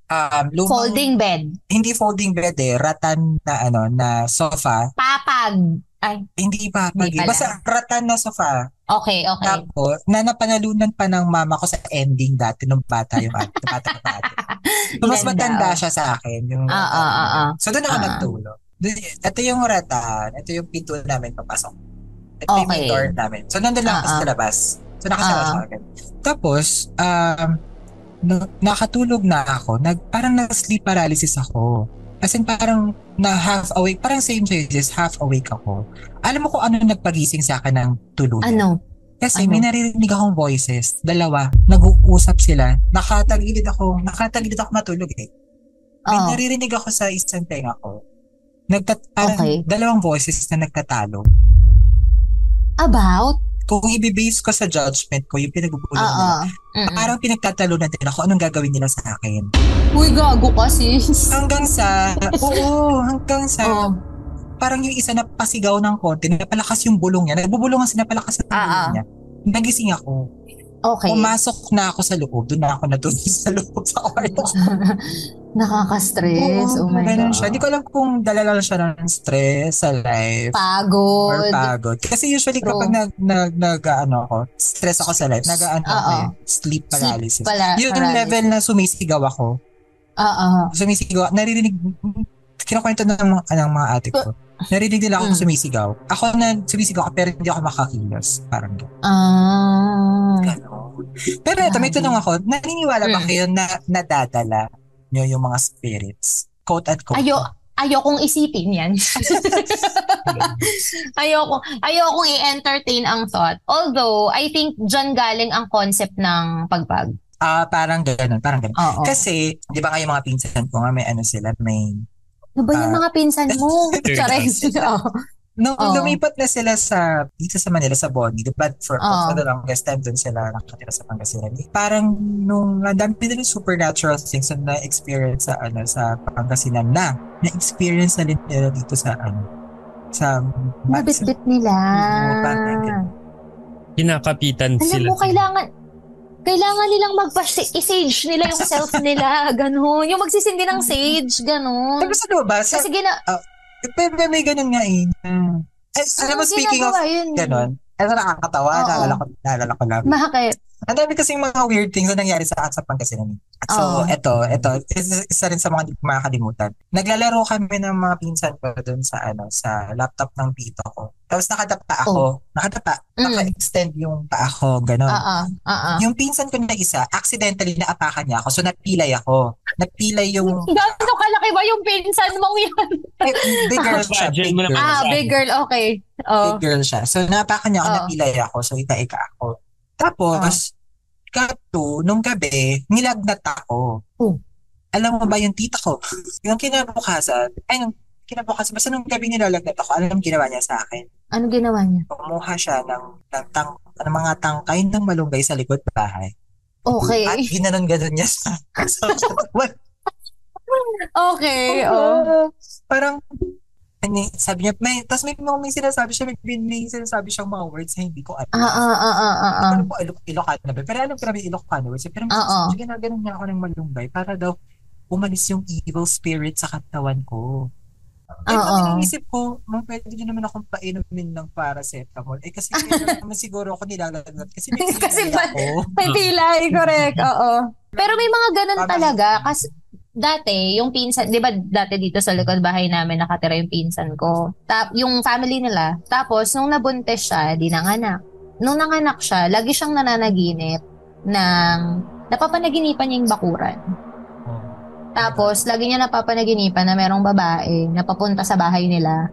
um, lumang,
Folding bed.
hindi folding bed eh, ratan na ano, na sofa.
Papag. Ay,
Hindi pa,
Hindi
pag-
pala.
basta ratan na sofa.
okay, okay.
Tapos, na napanalunan pa ng mama ko sa ending dati nung bata yung at, bata pa ate. So, mas
Ganda,
matanda
oh.
siya sa akin. Yung,
Ah, ah, ah, ah.
So, doon ako
Ah.
nagtulog. Doon- Ito yung ratan. Ito yung pinto namin papasok. Ito yung
Okay.
yung door namin. So, nandun lang
Ah,
ako sa
ah.
labas. So, nakasama
Ah, ah.
siya agad. Tapos, um, na- nakatulog na ako. Nag, parang nag-sleep paralysis ako. As in, parang na half awake. Parang same changes, half awake ako. Alam mo kung ano nagpagising sa akin ng tuluyan?
Ano?
Kasi
Ano?
may naririnig akong voices. Dalawa. Nag-uusap sila. Nakatagilid ako. Nakatagilid ako matulog eh. May
Oo.
naririnig ako sa isang tenga ko. Nagtat parang
Okay.
dalawang voices na nagtatalo.
About?
Kung ibibase ko sa judgment ko, yung pinagbubulong
Oo.
nila,
Mm-mm.
parang pinagtatalo na din ako anong gagawin nila sa akin.
Uy, gago ka, sis. Oh.
Hanggang sa, oo, hanggang sa,
Oo.
parang yung isa na pasigaw ng konti, napalakas yung bulong niya. Nagbubulong ang sinapalakas ang
Ah,
bulong
ah.
niya. Nagising ako.
Okay.
Pumasok na ako sa loob. Doon na ako natulog sa loob sa kwarto.
Nakaka-stress.
Oo,
oh my
ganun
God.
siya. Hindi ko alam kung dala lang siya ng stress sa life. Or
Pagod.
pagod. Kasi usually
True.
kapag nag, nag, nag, ano ako, stress ako sa life, nag, ano ako
Oo.
eh, sleep paralysis.
Sleep pala.
Yun yung
paralysis.
level na sumisigaw ako.
Oo.
Sumisigaw, naririnig, kinakwento na ng, mga- ng mga ate ko. Narinig nila ako
Mm.
sumisigaw. Ako na sumisigaw ako pero hindi ako makakilos. Parang gano'n.
Ah.
Pero ito, may
Grabe.
tanong ako. Naniniwala ba
Mm.
kayo na nadadala nyo yung mga spirits? Quote at quote.
Ayo, ayokong isipin yan. ayoko, ayokong i-entertain ang thought. Although, I think dyan galing ang concept ng pagpag.
Ah, parang gano'n. Parang gano'n.
Oo.
Kasi, di ba nga yung mga pinsan ko nga, may ano sila, may
ano ba yung mga pinsan mo? Charis. Oo.
Nung
Oo.
lumipat na sila sa, dito sa Manila, sa Bonnie, the bad for,
Oo.
for the longest time, dun sila nakatira sa Pangasinan. Parang nung, ang dami din yung supernatural things na na-experience sa, ano, sa Pangasinan na, na-experience na din nila dito sa, ano, sa, sa-
Nabitbit nila.
Oo, parang ganun.
Kinakapitan
Alam
sila.
mo, kailangan, kailangan nilang magpa-sage nila yung self nila. Ganon. Yung magsisindi ng sage. Ganon.
Tapos ano ba? Sa,
Kasi gina...
pero may, may ganun nga eh. na- Ay, alam mo,
Oo,
speaking of
ginagawa yun.
ganun, ano nakakatawa,
Oo.
naalala ko, naalala ko lang.
Bakit?
Ang dami kasing mga weird things na nangyari sa akin sa Pangasinan.
Oo.
So, eto, eto, isa, isa rin sa mga hindi ko makakalimutan. Naglalaro kami ng mga pinsan ko doon sa ano, sa laptop ng tito ko. Tapos nakadapa ako, nakadapa,
Mm. Ah,
naka-extend yung paa ko, ganun.
Oo. Oo.
Yung pinsan ko na isa, accidentally naapakan niya ako, so napilay ako. Napilay yung,
Gaano kalaki ba yung pinsan mong yun?
eh, big girl siya,
Imagine
big
mo
girl.
naman.
Ah, big girl. Okay. Oh.
big girl siya. So, napakan niya ako,
Oo.
napilay ako. So, ika-ika ako. Tapos, kato, nung gabi, nilagnat ako.
Oh.
Alam mo ba yung tita ko? Yung kinabukasan, ay, yung kinabukasan, basta nung gabi nilalagnat ako, alam mo ginawa niya sa akin.
Ano ginawa niya?
Kumuha siya ng, ng, tang, ng mga tangkay ng malunggay sa likod bahay. At
Okay.
ginanon-ganon niya sa akin. So, what?
Okay. Oh.
Parang, ano, sabi niya, may, tapos may, may, may sinasabi siya, may, may sinasabi siyang mga words na hindi ko alam.
Ah, ah, ah, ah, ah, ah.
Alam ko, Ilok- Ano Ilocano ba? Pero alam ko namin Ilocano. Kasi, pero
Oo.
mas ginaganon niya ako ng malunggay para daw umalis yung evil spirit sa katawan ko. Eh,
Oo.
pag iniisip ko, ma'am, pwede niyo naman akong painumin ng paracetamol. Eh, kasi kaya naman siguro ako nilalagnat. Kasi may
Kasi
sinilay
ba-
ako.
May pilay, correct. Oo. Pero may mga ganun
Parang-
talaga. Kasi dati, yung pinsan, di ba dati dito sa likod bahay namin nakatira yung pinsan ko. Tap, yung family nila. Tapos, nung nabuntis siya, di nanganak. Nung nanganak siya, lagi siyang nananaginip ng napapanaginipan niya yung bakuran. Tapos, lagi niya napapanaginipan na merong babae na papunta sa bahay nila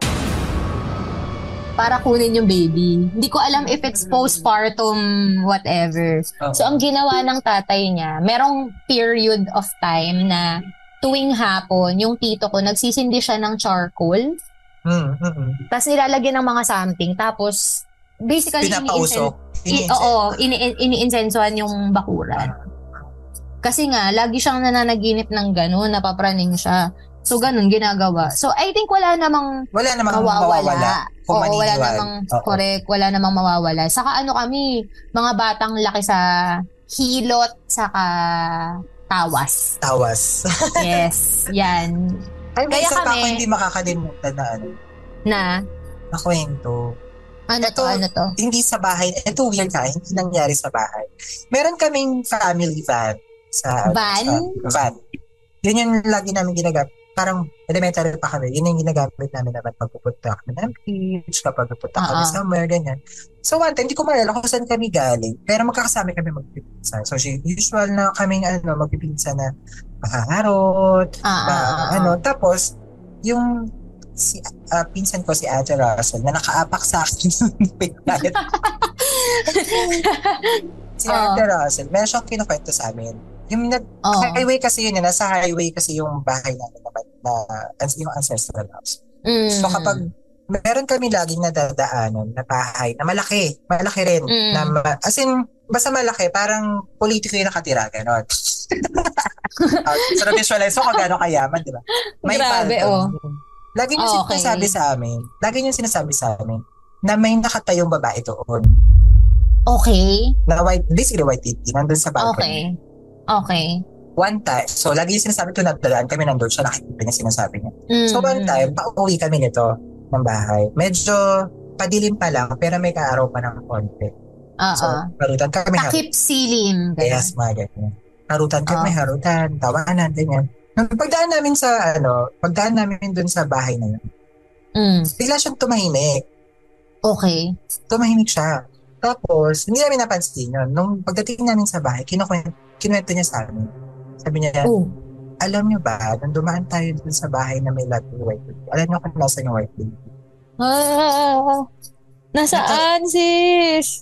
para kunin yung baby. Hindi ko alam if it's postpartum whatever.
Oh.
So, ang ginawa ng tatay niya, merong period of time na tuwing hapon, yung tito ko, nagsisindi siya ng charcoal,
Mm, mm, mm.
tapos nilalagyan ng mga something, tapos basically
Pinapausok.
ini
Iniinsen-
oo, ini- iniinsensuhan yung bakuran. Kasi nga, lagi siyang nananaginip ng gano'n, napapraning siya. So, ganun ginagawa. So, I think wala namang
Wala namang
mawawala.
mawawala. kung
Oo, wala
maniniwala.
namang,
Oo.
correct, wala namang mawawala. Saka ano kami, mga batang laki sa hilot, saka tawas.
Tawas.
Yes, yan.
Ay, may
Kaya
isa pa
kami-
ako hindi makakalimutan na ano,
Na,
na kwento.
ano to,
Ito-
ano to?
hindi sa bahay. Ito weird ka, hindi nangyari sa bahay. Meron kaming family van. Sa,
Van?
Sa, van. Yun yung lagi namin ginagamit. Parang elementary pa kami. Yun yung ginagamit namin naman pag pupunta kami ng beach, kapag pupunta kami
Oo.
somewhere, ganyan. So one time, hindi ko maalala kung saan kami galing. Pero magkakasama kami magpipinsan. So si- usual na kaming ano, magpipinsan na mahaharot,
Ah,
pa,
ah, ah,
ano, tapos, yung si ah, pinsan ko si Ate Russell na nakaapak sa akin yung piglet. si
Oo.
Ate Russell, meron siyang kinukwento sa amin. Yung nag-
ah. Oo.
highway kasi yun, eh, nasa highway kasi yung bahay namin naman na ans- yung ancestral house.
Mm.
So kapag meron kami laging nadadaanan na bahay na malaki, malaki rin.
Mm.
Na ma- as in, basta malaki, parang politiko yung nakatira, gano'n. Ah, so na-visualize mo kung gano'ng kayaman, di ba?
Grabe, oh. Ah,
balcony. Lagi niyo
Okay.
sinasabi sa amin, lagi niyo sinasabi sa amin, na may nakatayong babae doon.
Okay.
Na white, basically white titi, nandun sa
Okay.
balcony.
Okay.
One time, so lagi yung sinasabi ko nagdalaan kami nandun siya, nakikita niya sinasabi niya.
Mm.
So one time, pauwi kami nito ng bahay. Medyo padilim pa lang, pero may kaaraw pa ng konti. So,
Oo.
harutan kami. harutan.
Ah, Takip silim. ganun.
Yes, mga ganyan. Harutan kami, harutan, tawanan, ganyan. Nung pagdaan namin sa, ano, pagdaan namin dun sa bahay na yun,
Mm.
bigla siyang tumahimik.
Okay.
Tumahimik siya. Tapos, hindi namin napansin yun. Nung pagdating namin sa bahay, kinukwento, kinuwento niya sa amin. Sabi niya,
Oh.
alam niyo ba, nung dumaan tayo dun sa bahay na may lagi white lady, alam niyo kung nasa yung white lady.
Ah, nasaan, sis?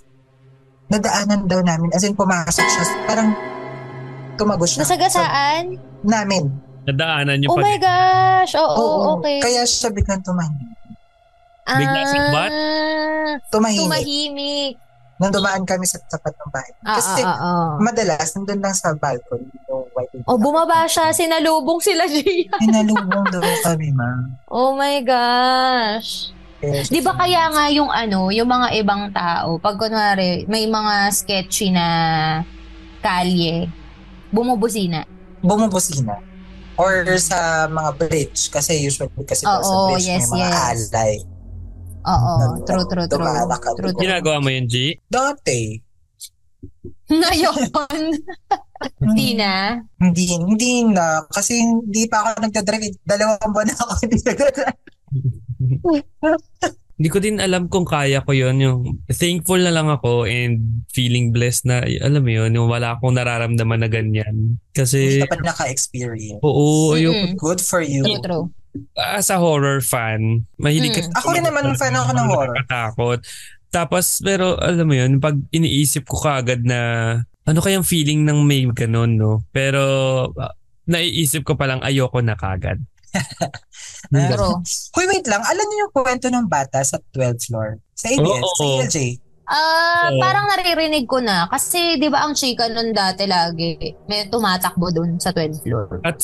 Nadaanan daw namin, as in pumasok siya, parang tumago siya.
Nasagasaan?
Sa- namin.
Nadaanan niyo
Oh my gosh! Oo, okay.
Kaya siya biglang tumahimik.
Bigla siyang what?
Ah,
Tumahimik.
Tumahimik.
nung dumaan kami sa tapat ng bahay.
Ah,
Kasi Mm.
ah, ah, ah.
madalas, nandun lang sa balcony yung white lady.
Oh, bumaba siya. Sinalubong sila, Gia.
Pinalubong doon kami, ma'am.
Oh my gosh.
Eh,
Di ba kaya nga yung ano, yung mga ibang tao, pag kunwari, may mga sketchy na kalye, bumubusina.
Bumubusina. Or sa mga bridge. Kasi usually kasi daw sa
Oo,
bridge
yes,
may mga
yes.
alay.
Oo, true, true, true.
Dumaan na
True,
kami.
true.
Ginagawa mo yun, G?
Dati.
Ngayon,
hmm.
hindi na.
Hindi, hindi na. Kasi hindi pa ako nagdadrive. Dalawang buwan na ako hindi nagdadrive.
Hindi ko din alam kung kaya ko yun. Yung thankful na lang ako and feeling blessed na, alam mo yun, yung wala akong nararamdaman na ganyan.
Hindi
Kasi,
ka pa naka-experience.
oo, yung
Mm-mm.
Good for you.
True, true.
as a horror fan,
Mm.
mahilig kasi
Ako rin naman, fan ako ng horror.
Nakatakot. Tapos, pero alam mo yun, pag iniisip ko kaagad na ano kayang feeling ng may ganun, no? Pero ah, naiisip ko palang ayoko na kaagad. Yung ganun.
True.
Hoy, wait lang. Alam niyo yung kwento ng bata sa 12th floor? Sa ABS,
Oo.
sa ELJ.
Ah,
Oo.
parang naririnig ko na kasi 'di ba ang chika nun dati lagi may tumatakbo dun sa 12th floor.
At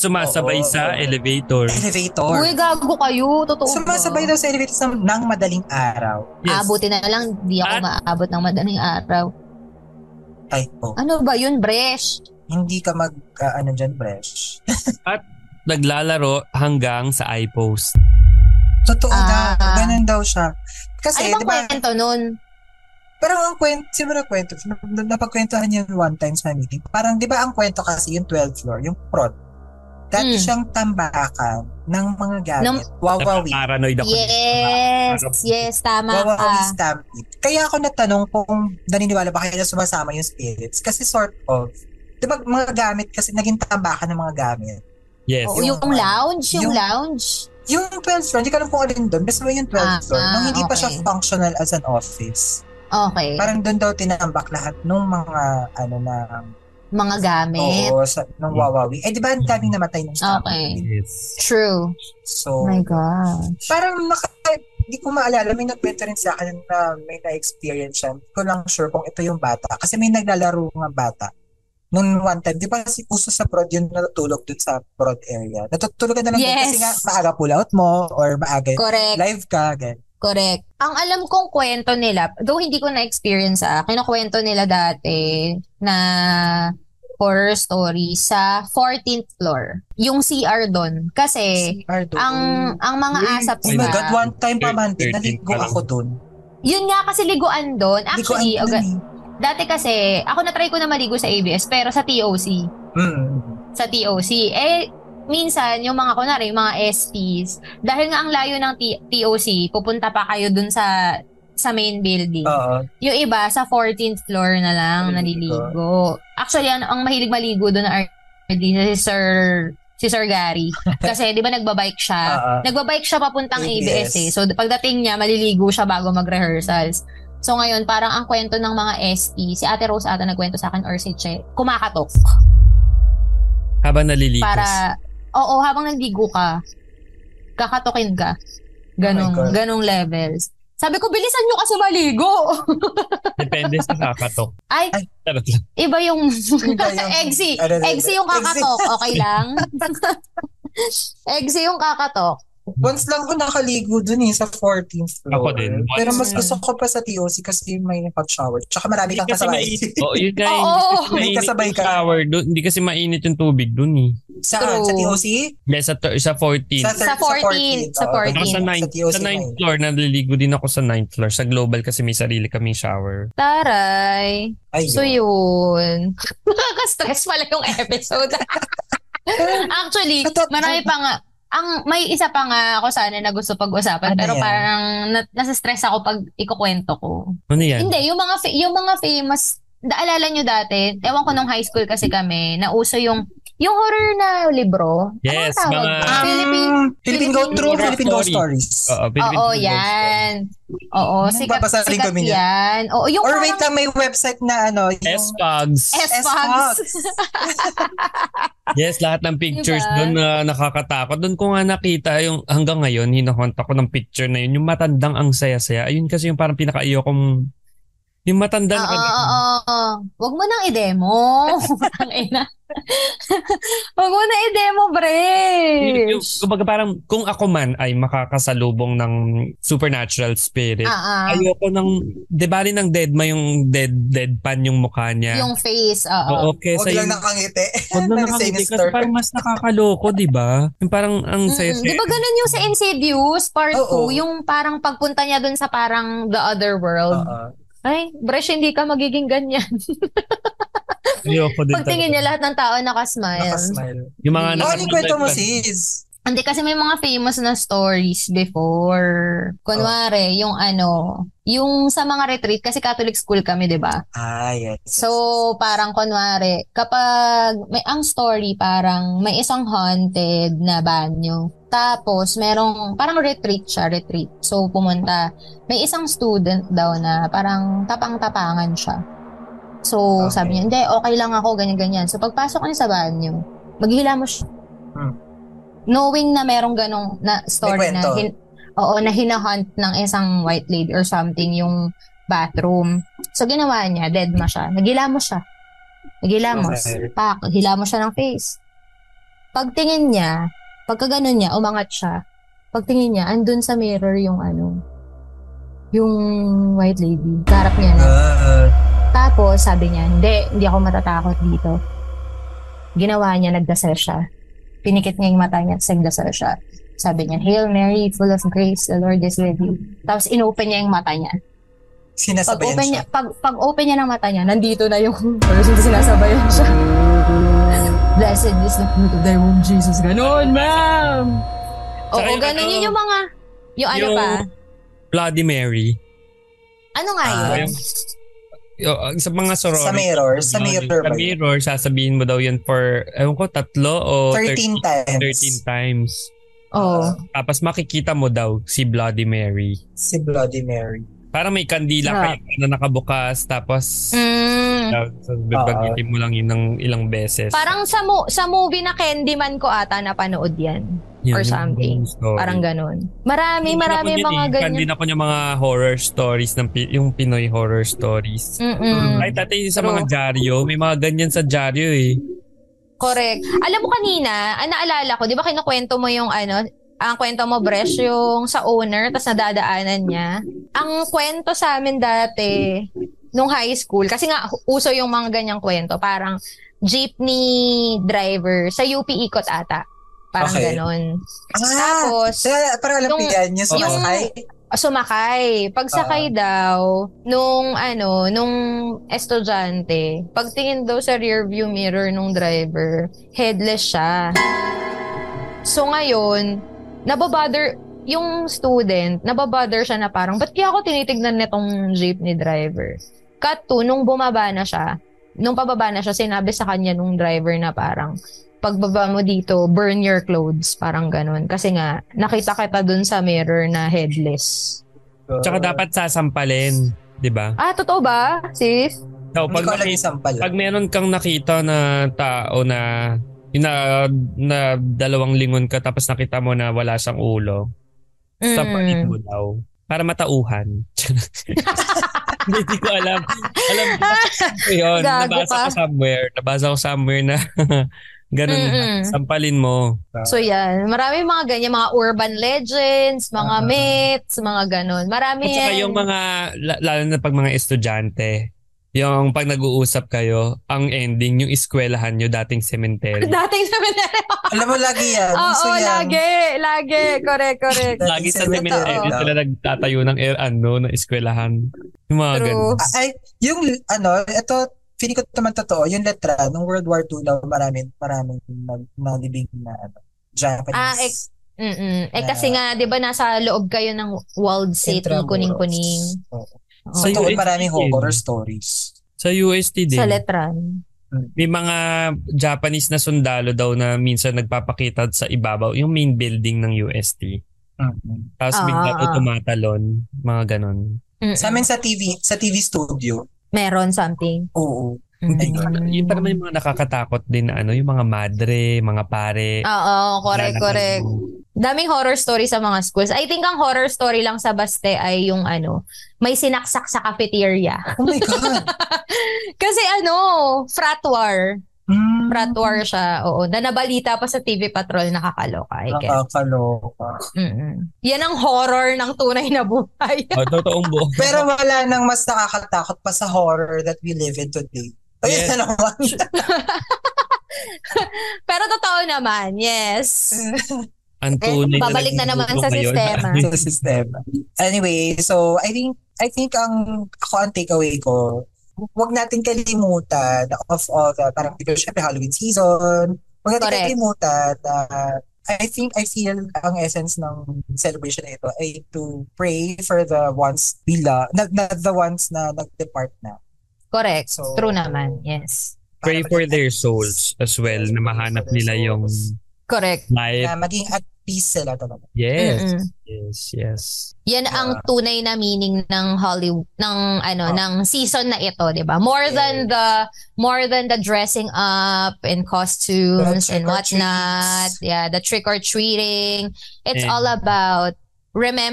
Oo.
sumasabay sa elevator.
Elevator.
Uy, gago kayo, totoo. ba?
Sumasabay daw sa elevator sa, ng madaling araw.
Yes.
Abuti na lang, di ako
At-
maabot ng madaling araw.
Ay, oh.
Ano ba yun, Bresh?
Hindi ka mag, ah, ano dyan, fresh.
Naglalaro hanggang sa iPost.
Totoo
Ah.
daw. Ganun daw siya. Kasi,
ano
di
bang
ba,
kwento nun?
pero ang kwento, siguro kwento, napagkwentuhan niya one time sa meeting. Parang, di ba ang kwento kasi yung 12th floor, yung prod. Dati
Mm.
siyang tambakan ng mga gamit. Wawawi.
Paranoid ako.
Yes, yes, tama
Wawawi
ka.
stampede. Kaya ako natanong kung naniniwala ba kayo na sumasama yung spirits. Kasi sort of, di ba mga gamit kasi naging tambakan ng mga gamit.
Yes.
Oo, Oh, yung lounge, yung,
Yung-
lounge.
Yung 12th floor, hindi ka alam kung alin doon. Basta may yung 12th
Ah,
floor. Nung hindi pa
okay.
siya functional as an office.
Okay,
Parang doon daw tinambak lahat nung mga ano na
mga gamit.
oo, sa, nung wawawi. Eh di ba ang daming namatay ng staff?
Mm. Okay.
Yes.
True.
So,
my God.
parang naka, hindi ko maalala, may nagkwento rin sa akin na may na-experience siya. Hindi ko lang sure kung ito yung bata. Kasi may naglalaro nga bata. Noon one time, di ba si Uso sa prod yun natutulog dun sa prod area? Natutulog ka na lang dun
Yes.
kasi nga maaga pull out mo or maaga
Correct,
live ka. Ganyan.
correct. Ang alam kong kwento nila, though hindi ko na-experience ah, kinukwento nila dati na horror story sa 14th floor. Yung CR doon. Kasi,
CR doon.
Eh, ang ang mga
Uy,
asap
Oh
Ay,
my
sila.
God, one time pa man din,
Thirteen
naligo
pa lang.
ako doon.
Yun nga kasi liguan doon.
Hindi ko
Actually,
alam eh.
aga-
yun
dati kasi, ako na-try ko na maligo sa ABS, pero sa TOC.
eh. Mm.
Sa TOC. Eh, minsan, yung mga kunwari, yung mga SPs, dahil nga ang layo ng T- TOC, pupunta pa kayo doon sa sa main building.
Oo.
Yung iba, sa 14th floor na lang,
Naliligo.
naliligo. Actually, ano, ang mahilig maligo doon na RD, si Sir, si Sir Gary. Kasi, di ba, nagbabike siya.
Oo.
Nagbabike siya papuntang
ABS.
ABS, eh. So, pagdating niya, maliligo siya bago mag-rehearsals. So, ngayon, parang ang kwento ng mga SP, si Ate Rose ata nagkwento sa akin or si Che, kumakatok.
Habang nalilipas.
Para, oo, habang naligo ka, kakatokin ka. Ganong,
Oh my God.
ganong levels. Sabi ko, bilisan nyo kasi maligo.
Depende sa kakatok.
Ay,
Ay.
Charot lang.
iba yung...
Iba yung-
Eggsy.
Ano, ano,
Eggsy yung
Eggsy.
kakatok. Okay lang? Eggsy yung kakatok.
Once lang ako nakaligo dun eh, sa 14th floor.
Ako din. Once
Pero mas
lang.
gusto ko pa sa TOC kasi may hot shower. Tsaka marami kang
kasi
kasabay.
mainit. Oo, yun nga.
Oo.
May
Hindi kasi
kasabay
mainit
ka.
yung shower doon. Hindi kasi mainit yung tubig doon eh.
Saan? Sa
True.
TOC?
Dahil sa, thir- sa
Sa,
14. Sa,
thir-
Sa 14th, sa
oo.
14th.
sa,
Sa
9th,
TOC
sa ninth
na yun.
floor, naliligo din ako sa 9th floor. Sa global kasi may sarili kaming shower.
Taray.
Ayun.
So yun. Nakaka-stress pala yung episode. Actually,
Totoo-
marami pa nga. Ang may isa pa nga ako sana na gusto pag-usapan
Ano
pero
yan?
parang na, nasa-stress ako pag ikukwento ko.
Ano yan?
Hindi, yung mga fa- yung mga famous Naalala nyo dati, ewan ko nung high school kasi kami, nauso yung yung horror na libro.
Yes,
Ano ang tawag?
mga-
Um,
Philippine.
Philippine Go Through,
Horror
Philippine Ghost
Story.
Stories.
Oo, Philippine
Oo,
Philippine
yan. Oo,
Ano,
sikat,
babasahin ko
sikat
minyan.
yan. Oo, yung
Or
parang-
wait lang, may website na ano,
Ghost.
yung
S-Pogs.
S-Fogs.
Yes, lahat ng pictures
Diba?
doon na nakakatakot. Doon ko nga nakita yung hanggang ngayon, hinahunt ako ng picture na yun. Yung matandang ang saya-saya. Ayun kasi yung parang pinaka-iyo kong... Yung matanda na
Oo, oo, oo. Wag mo nang i-demo. Ang ina. Wag mo na i-demo, bre.
Yung, yung, kumbaga parang kung ako man ay makakasalubong ng supernatural spirit,
Ah, ah.
ayoko ng, di bali ng dead ma yung dead, deadpan yung mukha niya.
Yung ah, face, oo.
Oo, kesa
Huwag lang
yung,
nakangiti.
huwag na
Parang
nakangiti kasi
sinister.
parang mas nakakaloko, di ba? Yung parang ang saya
Mm, Di ba ganun yung sa Insidious Part 2?
Oo.
Yung parang pagpunta niya dun sa parang the other world.
Oo.
Ay, Bresh, hindi ka magiging ganyan.
ayoko din.
Pagtingin niya Mm.
talaga.
lahat ng tao nakasmile.
Nakasmile.
Yung mga
Oh, ano
nakatanda-
yung kwento mo, sis?
Hindi kasi may mga famous na stories before. Kunwari, yung ano, yung sa mga retreat, kasi Catholic school kami, di ba?
Ah, yes.
So, parang kunwari, kapag may ang story, parang may isang haunted na banyo. Tapos, merong, parang retreat siya, retreat. So, pumunta. May isang student daw na parang tapang-tapangan siya. So,
Okay.
sabi niya, hindi, okay lang ako, ganyan-ganyan. So, pagpasok niya sa banyo, maghila mo siya.
Hmm.
Knowing na merong ganong na story
May
na,
kwento.
hin- oo, na hinahunt ng isang white lady or something yung bathroom. So, ginawa niya, dead ma siya. Nagilamos siya. Nagilamos.
Okay.
Pak, hilamos siya ng face. Pagtingin niya, pagka ganun niya, umangat siya. Pagtingin niya, andun sa mirror yung ano, yung white lady. Karap niya na.
Good.
Tapos, sabi niya, hindi, hindi ako matatakot dito. Ginawa niya, nagdasal siya. Pinikit niya yung mata niya, tapos nagdasal siya. Sabi niya, Hail Mary, full of grace, the Lord is with you. Tapos, inopen niya yung mata niya pag
Sinasabayan
open
siya.
niya, pag, pag open niya ng mata niya, nandito na yung person sinasabayan siya. Blessed is the fruit of thy womb, Jesus. Ganun, ma'am!
Tsaka
Oo,
yung
ganun
ano,
yun yung mga, yung ano
yung-
pa,
Bloody Mary.
ano nga
Ah,
yun?
yung- Yo, ang- sa mga sorority.
Sa mirror, sa mirror
Sa
ba yun?
mirror, sasabihin mo daw yun for, ewan ko, tatlo o
13 times.
13 times.
Oo.
Tapos makikita mo daw si Bloody Mary.
Si Bloody Mary.
Parang may kandila
Yeah.
kayo na nakabukas, tapos
Ah. Mm,
bagitin mo lang yun ng ilang beses.
parang sa, mo, sa movie na Candyman ko ata napanood yan.
Yun,
or
yung
something.
story.
Parang ganun. Marami,
Hindi na
marami
po yun
mga
eh. Hindi
ganyan.
na ko niya mga horror stories, ng, Pi- yung Pinoy horror stories.
Mm-mm.
Ay, tatay
Mm. True.
sa mga dyaryo, may mga ganyan sa dyaryo eh.
Correct. Alam mo kanina, ang naalala ko, di ba kinukwento mo yung ano, ang kwento mo, Bresh, yung sa owner, tapos nadadaanan niya. Ang kwento sa amin dati, nung high school, kasi nga, hu- uso yung mga ganyang kwento, parang jeepney driver, sa UP Ikot ata. Parang
Okay.
ganon.
Ah!
Tapos,
Sa, para alam
Yung-
ko yan, yung
yung-
sumasakay.
sumakay. Pagsakay daw, nung ano, nung estudyante, pagtingin daw sa rear view mirror nung driver, headless siya. So ngayon, nababother, yung student, nababother siya na parang, ba't kaya ako tinitignan nitong jeepney driver? Cut to, nung bumaba na siya, nung pababa na siya, sinabi sa kanya nung driver na parang, pagbaba mo dito, burn your clothes, parang ganun. Kasi nga, nakita kita dun sa mirror na headless.
Tsaka dapat sasampalin, di ba?
Ah, totoo ba, sis?
Hindi
So, oh, pag,
ko alam
nakita,
yung sampal.
pag meron kang nakita na tao na na, na dalawang lingon ka tapos nakita mo na wala siyang ulo,
Mm.
sampalin mo daw. Para matauhan. Hindi hindi ko alam. Alam ko yun.
Gago
nabasa
pa.
ko somewhere. Nabasa ko somewhere na Ganun na.
Mm-mm.
Sampalin mo.
So yan, marami mga ganyan, mga urban legends, mga
Ah.
myths, mga ganun. Marami
At saka
yan.
yung mga, la- lalo na pag mga estudyante, yung pag nag-uusap kayo, ang ending, yung eskwelahan nyo, dating cemetery.
Dating sa
Alam mo, lagi yan.
Oo,
Gusto yan.
lagi, lagi. Correct, correct.
Lagi sa
Dating
cemetery
cemetery.
sila nagtatayo ng air, ano, ng eskwelahan. Yung mga ganun.
True.
Ah, Ay, yung ano, ito, feeling ko naman totoo, yung letra, nung World War II daw, maraming, maraming nag, nalibing na ano, Japanese.
Ah, ex- Mm-mm.
Ah.
Eh kasi nga, di ba nasa loob kayo ng walled city,
Intramuros.
kuning-kuning.
Oo.
Oo.
Sa
Totoo,
UST
maraming
din.
horror stories.
Sa UST din.
sa letran.
may mga Japanese na sundalo daw na minsan nagpapakita sa ibabaw, yung main building ng UST.
Mhm.
Ah,
Tapos bigla
ah,
to
ah.
tumatalon, mga ganon.
Mm-mm.
Sa amin sa TV, sa TV studio,
Meron something.
oo.
Mm.
Yung parang may mga nakakatakot din na ano, yung mga madre, mga pare.
Oo, Ah, correct,
lalakad
correct.
mo.
Daming horror story sa mga schools. I think ang horror story lang sa Baste ay yung ano, may sinaksak sa cafeteria.
Oh my God!
Kasi ano, frat war.
Mm.
Frat war siya, oo. Na nabalita pa sa TV Patrol, nakakaloka. I guess.
Nakakaloka.
Mm-mm. Yan ang horror ng tunay na buhay.
Oh, totoong buo.
Pero wala nang mas nakakatakot pa sa horror that we live in today. Ay,
Yes.
yes. naman.
Pero totoo naman, yes.
Mm.
ang tunay
Eh, babalik na
naging
naman
buo
sa
ngayon.
sistema.
sa system. Anyway, so I think I think ang ako ang takeaway ko, huwag natin kalimutan na of all the parang because syempre Halloween season. Huwag natin
Correct.
kalimutan na I think I feel ang essence ng celebration na ito ay to pray for the ones we love, na, na, the ones na nag-depart na.
Correct.
So-
True naman, yes.
Pray
Para
for
maging-
their souls as well, na mahanap nila yung
Correct.
light.
Na maging at peace sila talaga.
Yes,
Mm-mm.
yes, yes.
Yan
Yeah.
ang tunay na meaning ng Hollywood ng ano
Oh.
ng season na ito, 'di ba? More
Yes.
than the more than the dressing up and costumes
The
and whatnot.
trick-or-treats.
Yeah, the trick or treating. It's
And-
all about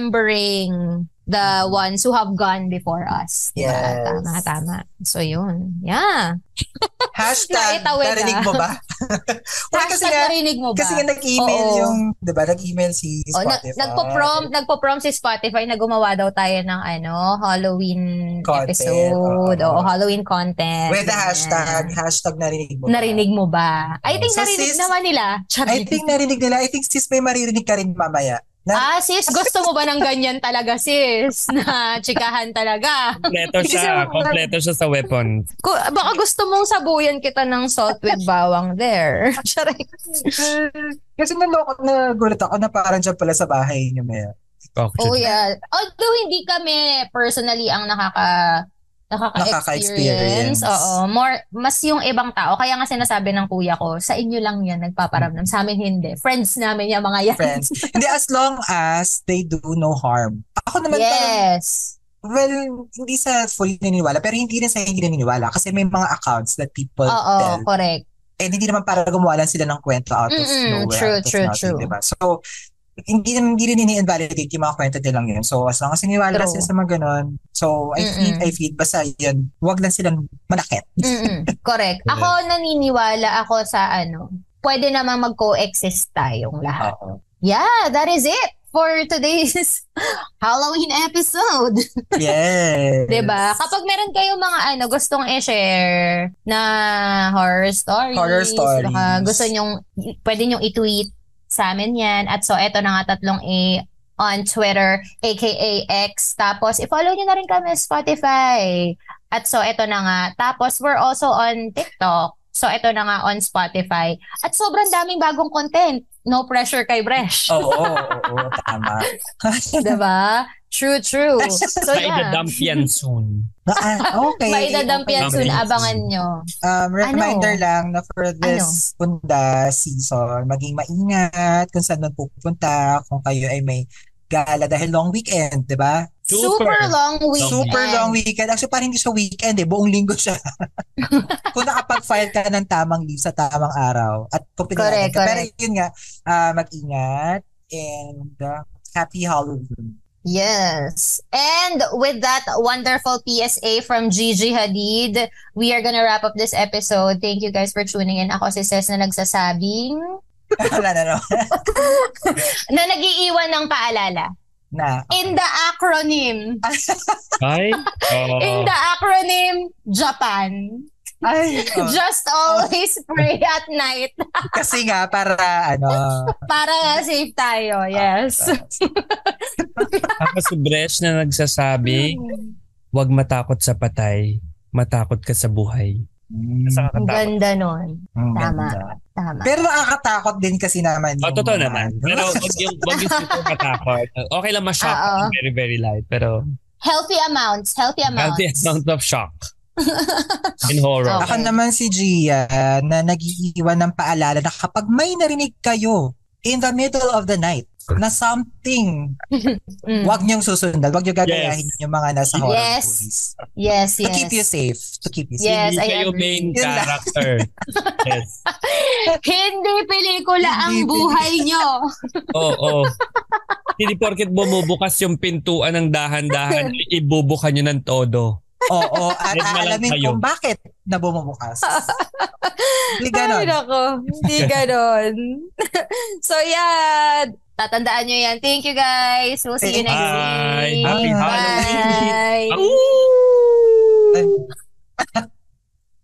remembering the ones who have gone before us. 'di ba?
Mm-hmm. Yes.
Tama, tama. So 'yun. Yeah.
Hashtag,
Naitawid ah.
narinig mo ba? Wala kasi
Hashtag
nga,
narinig mo ba?
Kasi nga nag-email
Oo.
yung, di ba, nag-email si
Oh, na,
Spotify.
nagpo-prom, nagpo-prom si Spotify na gumawa daw tayo ng ano, Halloween
Content,
episode
oo.
o Halloween content.
With the
Ganyan.
hashtag, hashtag narinig mo. ba?
Narinig mo ba? I think
So,
narinig
sis,
naman nila. Charin.
I think narinig nila. I think sis may maririnig ka rin mamaya.
Ah, sis, gusto mo ba ng ganyan talaga, sis? Na chikahan talaga.
Kompleto siya. Kompleto siya sa weapon.
Ku- Baka gusto mong sabuyan kita ng salt with bawang there. Charin.
Kasi naloko, nagulat ako na parang dyan pala sa bahay niyo, Mel.
Okay.
Oh yeah. Although hindi kami personally ang nakaka
Nakaka-experience.
nakaka-experience. Oo, more mas yung ibang tao. Kaya nga sinasabi ng kuya ko, sa inyo lang 'yan nagpaparamdam, sa amin hindi. Friends namin 'yang mga 'yan.
Friends. Hindi, as long as they do no harm. Ako naman parang,
Yes.
well, hindi sa fully naniniwala, pero hindi rin sa hindi naniniwala. Kasi may mga accounts that people
Oo,
tell
correct.
and hindi naman para gumawa lang sila ng kwento out of
Mm-mm,
nowhere.
true,
out of
true,
nothing,
true.
Diba? So, hindi, hindi rin ini-invalidate yung mga kwento nilang yun. So, as long as niniwala
True.
sila sa mga ganun, so, I
Mm-mm.
think, I feel, basta yun, wag lang silang manakit.
Mm-mm, correct. Ako naniniwala ako sa ano, pwede namang mag-coexist tayong lahat.
Oo.
Yeah, that is it for today's Halloween episode.
Yes.
'Di ba? Diba? Kapag meron kayong mga ano gustong i-share na horror stories,
Horror stories.
baka gusto nyong pwede nyong i-tweet sa amin 'yan. At so eto na nga tatlong A on Twitter aka X. Tapos i-follow niyo na rin kami sa Spotify. At so eto na nga. Tapos we're also on TikTok. So eto na nga on Spotify. At sobrang daming bagong content. No pressure kay Bresh.
Oo, oo, oo, tama.
'Di ba? True, true. So
Sa
yeah.
idadump yan soon.
Ah, okay.
Maidadump yan soon. Ano?
Okay.
Abangan nyo.
Um, reminder lang na for this
Ano?
punda season, maging maingat kung saan man pupunta, kung kayo ay may gala dahil long weekend, diba? di ba?
Super.
Super, long weekend.
Super long weekend. Actually, parang hindi siya weekend eh. Buong linggo siya. kung nakapag-file ka ng tamang leave sa tamang araw at kung pinayagan
Correct,
ka. Pero yun nga, ah, mag-ingat and ah, happy Halloween.
Yes. And with that wonderful PSA from Gigi Hadid, we are gonna wrap up this episode. Thank you guys for tuning in. Ako si Ses na nagsasabing
Wala na naman.
na nagiiwan ng paalala.
Na.
In the acronym.
Ay? Oo.
In the acronym, Japan.
Ay, oh.
Just always pray at night
kasi nga, para ano,
para safe tayo.
Ah,
Yes.
Ako si Bresh na
Mm.
nagsasabi,
Hmm.
huwag matakot sa patay, matakot ka sa buhay.
Mm,
Sa
Ang
kakatakot.
ganda nun.
ang
Tama. Ah,
ganda.
Tama.
Pero nakakatakot din kasi naman.
Oh,
yung
totoo
mga
naman.
ano.
Pero wag yung, wag yung super matakot. Okay lang ma-shock.
Oo.
Very, very light. Pero
Healthy amounts. Healthy amounts.
healthy amount of shock. In horror.
Okay.
Ako naman si Gia na nag-iiwan ng paalala na kapag may narinig kayo in the middle of the night na something,
Mm.
wag niyong susundan, wag niyo gagayahin
Yes.
yung mga nasa horror
Yes.
movies.
Yes,
To
yes.
keep you safe. To keep you safe.
Yes,
Hindi
I
kayo
agree.
main
Yun lang.
character. yes.
Hindi pelikula ang
Hindi
buhay nyo.
Oo. Oh, Hindi porket bumubukas yung pintuan ng dahan-dahan, ibubukan nyo ng todo.
Oo. At
Yes, malang
aalamin
kayo.
kung bakit na bumubukas. Hindi
Ay,
ganon.
nako. Hindi ganon. so, yeah. Tatandaan nyo yan. Thank you, guys. We'll see you next
Bye.
week.
Happy
Bye.
Halloween.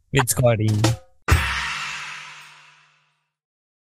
With scoring.